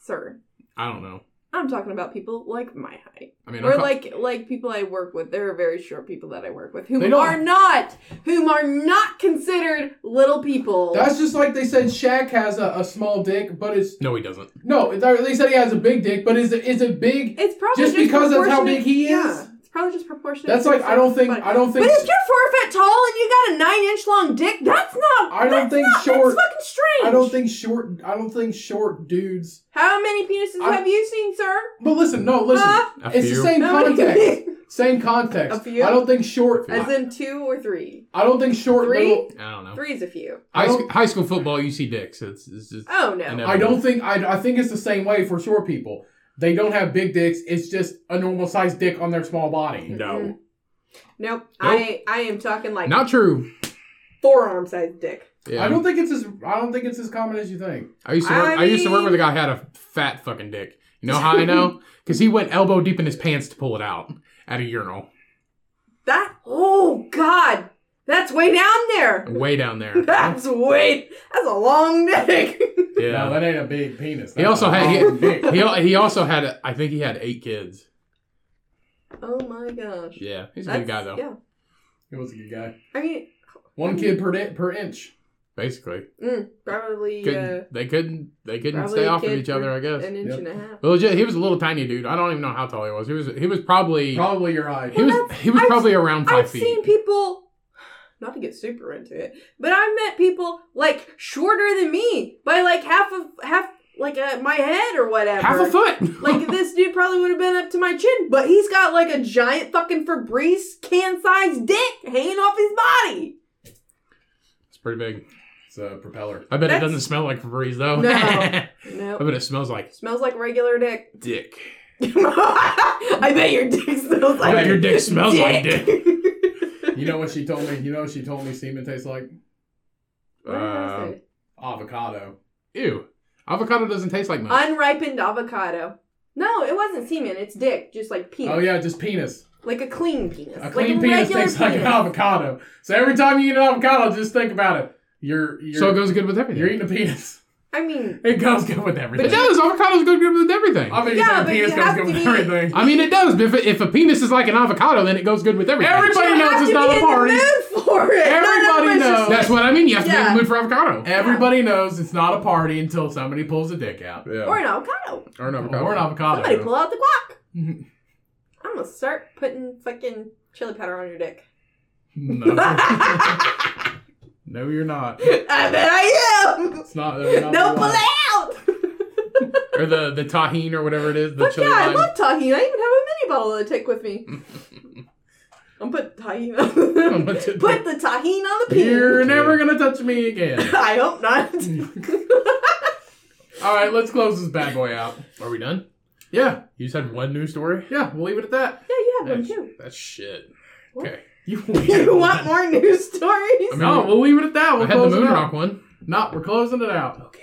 D: sir.
A: I don't know.
D: I'm talking about people like my height,
A: I mean,
D: or
A: I'm,
D: like like people I work with. There are very short people that I work with
C: They
D: whom
C: don't-
D: are not whom are not considered little people.
C: That's just like they said Shaq has a, a small dick, but it's
A: no, he doesn't.
C: no. it's- They said he has a big dick, but is it is it big?
D: it's probably
C: just
D: just,
C: because that's how
D: proportionate-
C: big he is?
D: Yeah, it's probably just proportionate.
C: That's
D: to
C: like
D: the
C: I don't
D: size of his
C: think
D: body.
C: I don't
D: But
C: think
D: if you're four foot tall and you got a nine inch long dick, that's not.
C: I don't
D: that's
C: think
D: not,
C: short-
D: That's fucking strange.
C: I don't think short I don't think short dudes.
D: How many penises
C: I-
D: have you seen, sir?
C: But listen, no, listen.
D: Huh?
A: A
C: it's
A: few.
C: the same
D: How many-
C: context. Same context.
D: A few?
C: I don't think short.
D: As
C: I,
D: in two or three?
C: I don't think short
D: Three?
C: little.
A: I don't know.
D: Three's a few.
A: High,
C: I
A: sc- high school football, you see dicks. It's, it's just.
D: Oh no.
C: I don't think. I, I think it's the same way for short people. They don't have big dicks. It's just a normal sized dick on their small body.
A: No.
D: Nope. I I am talking like
A: Not true.
F: Forearm sized dick.
A: Yeah.
C: I don't think it's as. I don't think it's as common as you think.
A: I used to work. I,
D: I
A: used to work with a
D: mean-
A: guy who had a fat fucking dick. You know how I know? Because he went elbow deep in his pants to pull it out at a urinal,
D: that. Oh God, that's way down there.
A: way down there.
D: That's way. That's a long dick.
C: No,
A: Yeah.
C: that ain't a big penis.
A: He also
C: That's a
A: had-
C: long dick.
A: he al- he also had. A, I think he had eight kids.
D: oh my gosh.
A: Yeah, he's a
D: That's-
A: good guy though.
D: Yeah.
C: He was a good guy.
D: I mean,
C: One kid per di- per inch.
A: Basically,
D: probably uh,
A: couldn't, they couldn't they couldn't
D: Probably
A: stay
D: a
A: off of
D: kid
A: each other.
D: for
A: I guess.
D: an inch
C: Yep.
D: and a half.
A: But legit, he was a little tiny dude. I don't even know how tall he was. He was he was probably
C: Probably your height.
A: he was he was
D: I've-
A: probably around 5
D: I've
A: feet.
D: seen people. Not to get super into it, but I met people like shorter than me by like half of half like uh, my head or whatever.
A: Half a foot.
D: Like this dude probably would have been up to my chin, but he's got like a giant fucking Febreze can-sized dick hanging off his body.
A: it's pretty big.
C: It's a propeller.
A: I bet
D: That's-
A: it doesn't smell like Febreze though.
D: No.
A: I
D: Nope.
A: bet it smells like
D: Smells like regular dick.
A: dick.
D: I bet your dick smells
A: I
D: like
A: bet your dick smells like dick.
C: You know what she told me? You know what she told me semen tastes like?
D: What did I say?
C: Avocado.
A: Uh, Ew. Avocado doesn't taste like much.
D: Unripened avocado. No, it wasn't semen. It's dick, just like penis,
C: Oh yeah, just penis.
D: like a clean penis,
C: A clean
D: like a
C: penis
D: regular
C: tastes like an avocado. So every time you eat an avocado, just think about it. You're you're
A: so it goes good with everything.
C: you're eating a penis.
D: I mean,
A: It goes good with everything.
C: It does. Avocados go good with everything.
A: I mean,
D: Yeah,
A: yeah,
D: but
A: penis
D: you
A: goes
D: have
A: good
D: to
A: with
D: be-
A: everything.
C: I mean, it does. If, if a penis is like an avocado, then it goes good with everything.
A: Everybody
D: you
A: knows
D: have
A: it's
D: to
A: not
D: be
A: a
D: in the
A: party.
D: mood for it.
A: Everybody knows.
C: That's what I mean. You have to be in
D: Yeah.
C: the mood for avocado.
A: Everybody knows it's not a party until somebody pulls a dick out.
C: Yeah.
D: Or an avocado.
A: Or an avocado.
C: Or an avocado.
D: Somebody pull out the guac.
A: Mhm.
D: I'm gonna start putting fucking chili powder on your dick.
A: No. no, you're
C: Uh,
A: not.
D: I bet I am.
A: It's not. they're not
D: No,
A: allowed.
D: pull out.
A: Or the, the tahine or whatever it is. The
D: But yeah,
A: chili
D: I
A: lime.
D: love tahini. I even have a mini bottle of take with me. I'm put tahini. on-
A: Put the-
D: put the tahini on the
A: You're
D: peen.
A: never gonna touch me again.
D: I hope not.
A: All right, let's close this bad boy out. Are we done?
C: Yeah.
A: You just had one news story.
C: Yeah. We'll leave it at that.
D: Yeah, you have one
A: That's,
D: too.
A: that's shit.
D: What?
A: Okay.
C: You
D: You want more news stories?
A: I mean,
C: No, we'll leave it at that. We'll
A: I had the
C: close it
A: moon
C: out.
A: rock one.
C: No, we're closing it out.
A: Okay.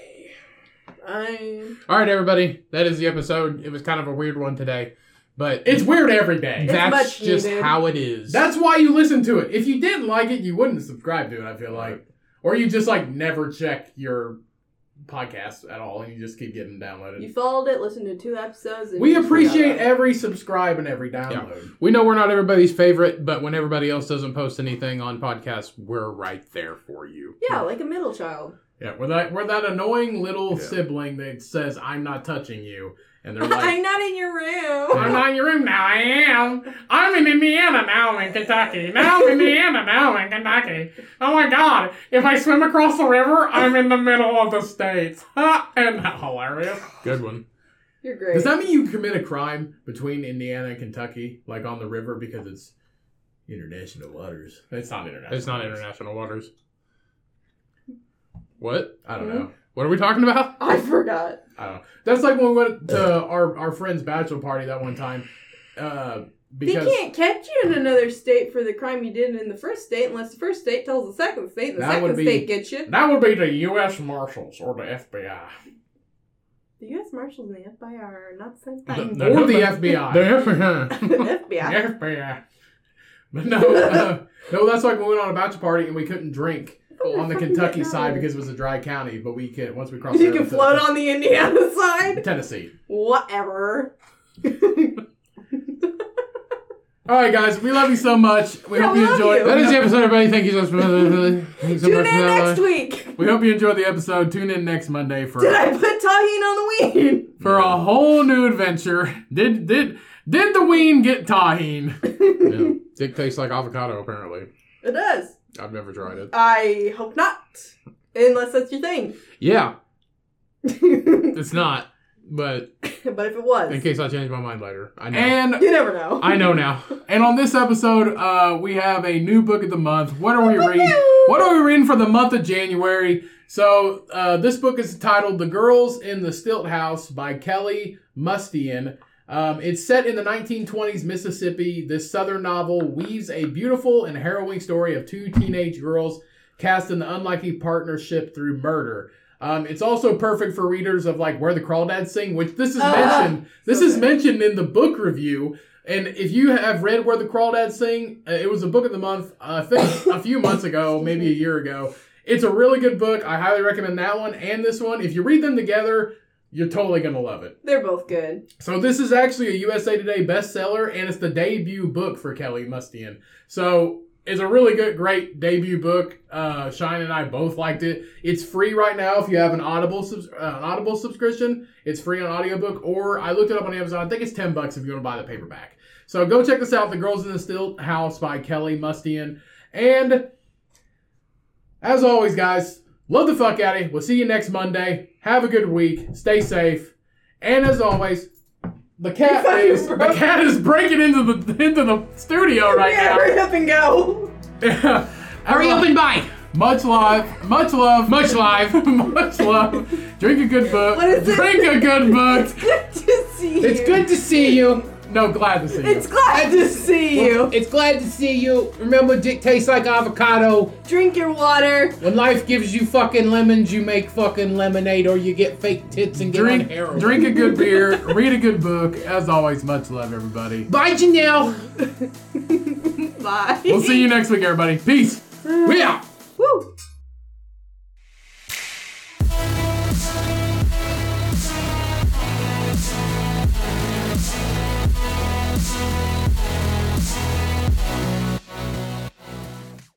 D: I
A: All right, everybody. That is the episode. It was kind of a weird one today, but
C: It's weird every day.
D: much
A: that's just
D: needed.
A: how it is.
C: That's why you listen to it. If you didn't like it, you wouldn't subscribe to it, I feel like. Or you just like never check your podcast at all and you just keep getting downloaded.
D: you followed it, listened to two episodes. And
C: We
D: you
C: appreciate
D: forgot about
C: every subscribe and every download.
A: we know we're not everybody's favorite, but when everybody else doesn't post anything on podcasts, we're right there for you.
D: Yeah, like a middle child.
C: Yeah, we're that we're that annoying little
A: Yeah.
C: sibling that says, I'm not touching you. And they're like,
D: I'm not in your room.
C: I'm not in your room now. I am. I'm in Indiana now in Kentucky. Now I'm in Indiana now in Kentucky. Oh my God! If I swim across the river, I'm in the middle of the states. Ha! and hilarious.
A: Good one.
D: You're great.
C: Does that mean you commit a crime between Indiana and Kentucky, like on the river, because it's international waters? It's not international.
A: It's not international waters. What?
C: I don't know.
A: What are we talking about?
D: I forgot.
C: I don't know. That's like when we went to our our friend's bachelor party that one time. Uh,
D: They
C: because
D: can't catch you in another state for the crime you did in the first state unless the first state tells the second state and the
C: That would be-
D: second state gets you.
C: that would be the U.S. Marshals or the FBI
D: The U.S. Marshals and the FBI are not the same
A: No,
D: thing.
A: no.
C: or the
A: but-
C: FBI.
D: FBI.
C: Yeah, fair. But no, uh, no, that's like when we went on a bachelor party and we couldn't drink on the Kentucky side because it was a dry county, but we could once we crossed.
D: you
C: over
D: can
C: to
D: float on the Indiana side.
C: Tennessee.
D: Whatever.
C: All right, guys, we love you so much. We
D: Yeah,
C: hope
D: we
C: you
D: love
C: enjoy.
D: you.
A: That is the episode, everybody. Thank you so much. Thanks so
D: Tune in
A: much for that.
D: next week.
C: We hope you enjoyed the episode. Tune in next Monday for
D: Did I put tahini on the weed?
C: for a whole new adventure. Did did did the ween get tahine?
A: Yeah. Dick tastes like avocado, apparently.
D: It does.
A: I've never tried it.
D: I hope not. Unless that's your thing.
A: Yeah,
D: but
A: it's not. But
D: if it was,
A: in case I change my mind later, I know.
C: And
D: you never know.
A: I know now.
C: And on this episode, uh, we have a new book of the month. What are we reading? What are we reading for the month of January? So uh, this book is titled "The Girls in the Stilt House" by Kelly Mustian. Um, it's set in the 1920s Mississippi. This southern novel weaves a beautiful and harrowing story of two teenage girls cast in the unlikely partnership through murder. Um, it's also perfect for readers of like where the crawdads sing, which this is
D: Ah,
C: mentioned. This
D: so
C: is
D: good.
C: mentioned in the book review. And if you have read where the crawdads sing, uh, it was a book of the month. Uh, I think a few months ago, maybe a year ago. It's a really good book. I highly recommend that one and this one. If you read them together, you're totally gonna love it.
D: They're both good.
C: So this is actually a USA Today bestseller, and it's the debut book for Kelly Mustian. So it's a really good, great debut book. Uh, Shine and I both liked it. It's free right now if you have an Audible subs- uh, an Audible subscription. It's free on audiobook, or I looked it up on Amazon. I think it's ten bucks if you want to buy the paperback. So go check this out, "The Girls in the Still House" by Kelly Mustian. And as always, guys, love the fuck out of you. We'll see you next Monday. Have a good week. Stay safe. And as always, the cat
D: fucking
C: is the
D: broke.
C: cat is breaking into the into the studio right
D: yeah,
C: now.
D: hurry up and go.
C: Hurry up and buy. Much love, much love, much live, much love. Drink a good book.
D: What is it?
C: Drink a good book.
D: Good to see you.
A: It's good to see you.
C: No, glad to see you.
D: It's glad to see you.
A: It's glad to see you. Remember, Dick tastes like avocado.
D: Drink your water.
A: When life gives you fucking lemons, you make fucking lemonade, or you get fake tits and get on
C: drink,
A: heroin.
C: drink a good beer. Read a good book. As always, much love, everybody.
A: Bye, Janelle.
D: Bye.
C: We'll see you next week, everybody. Peace.
A: We out.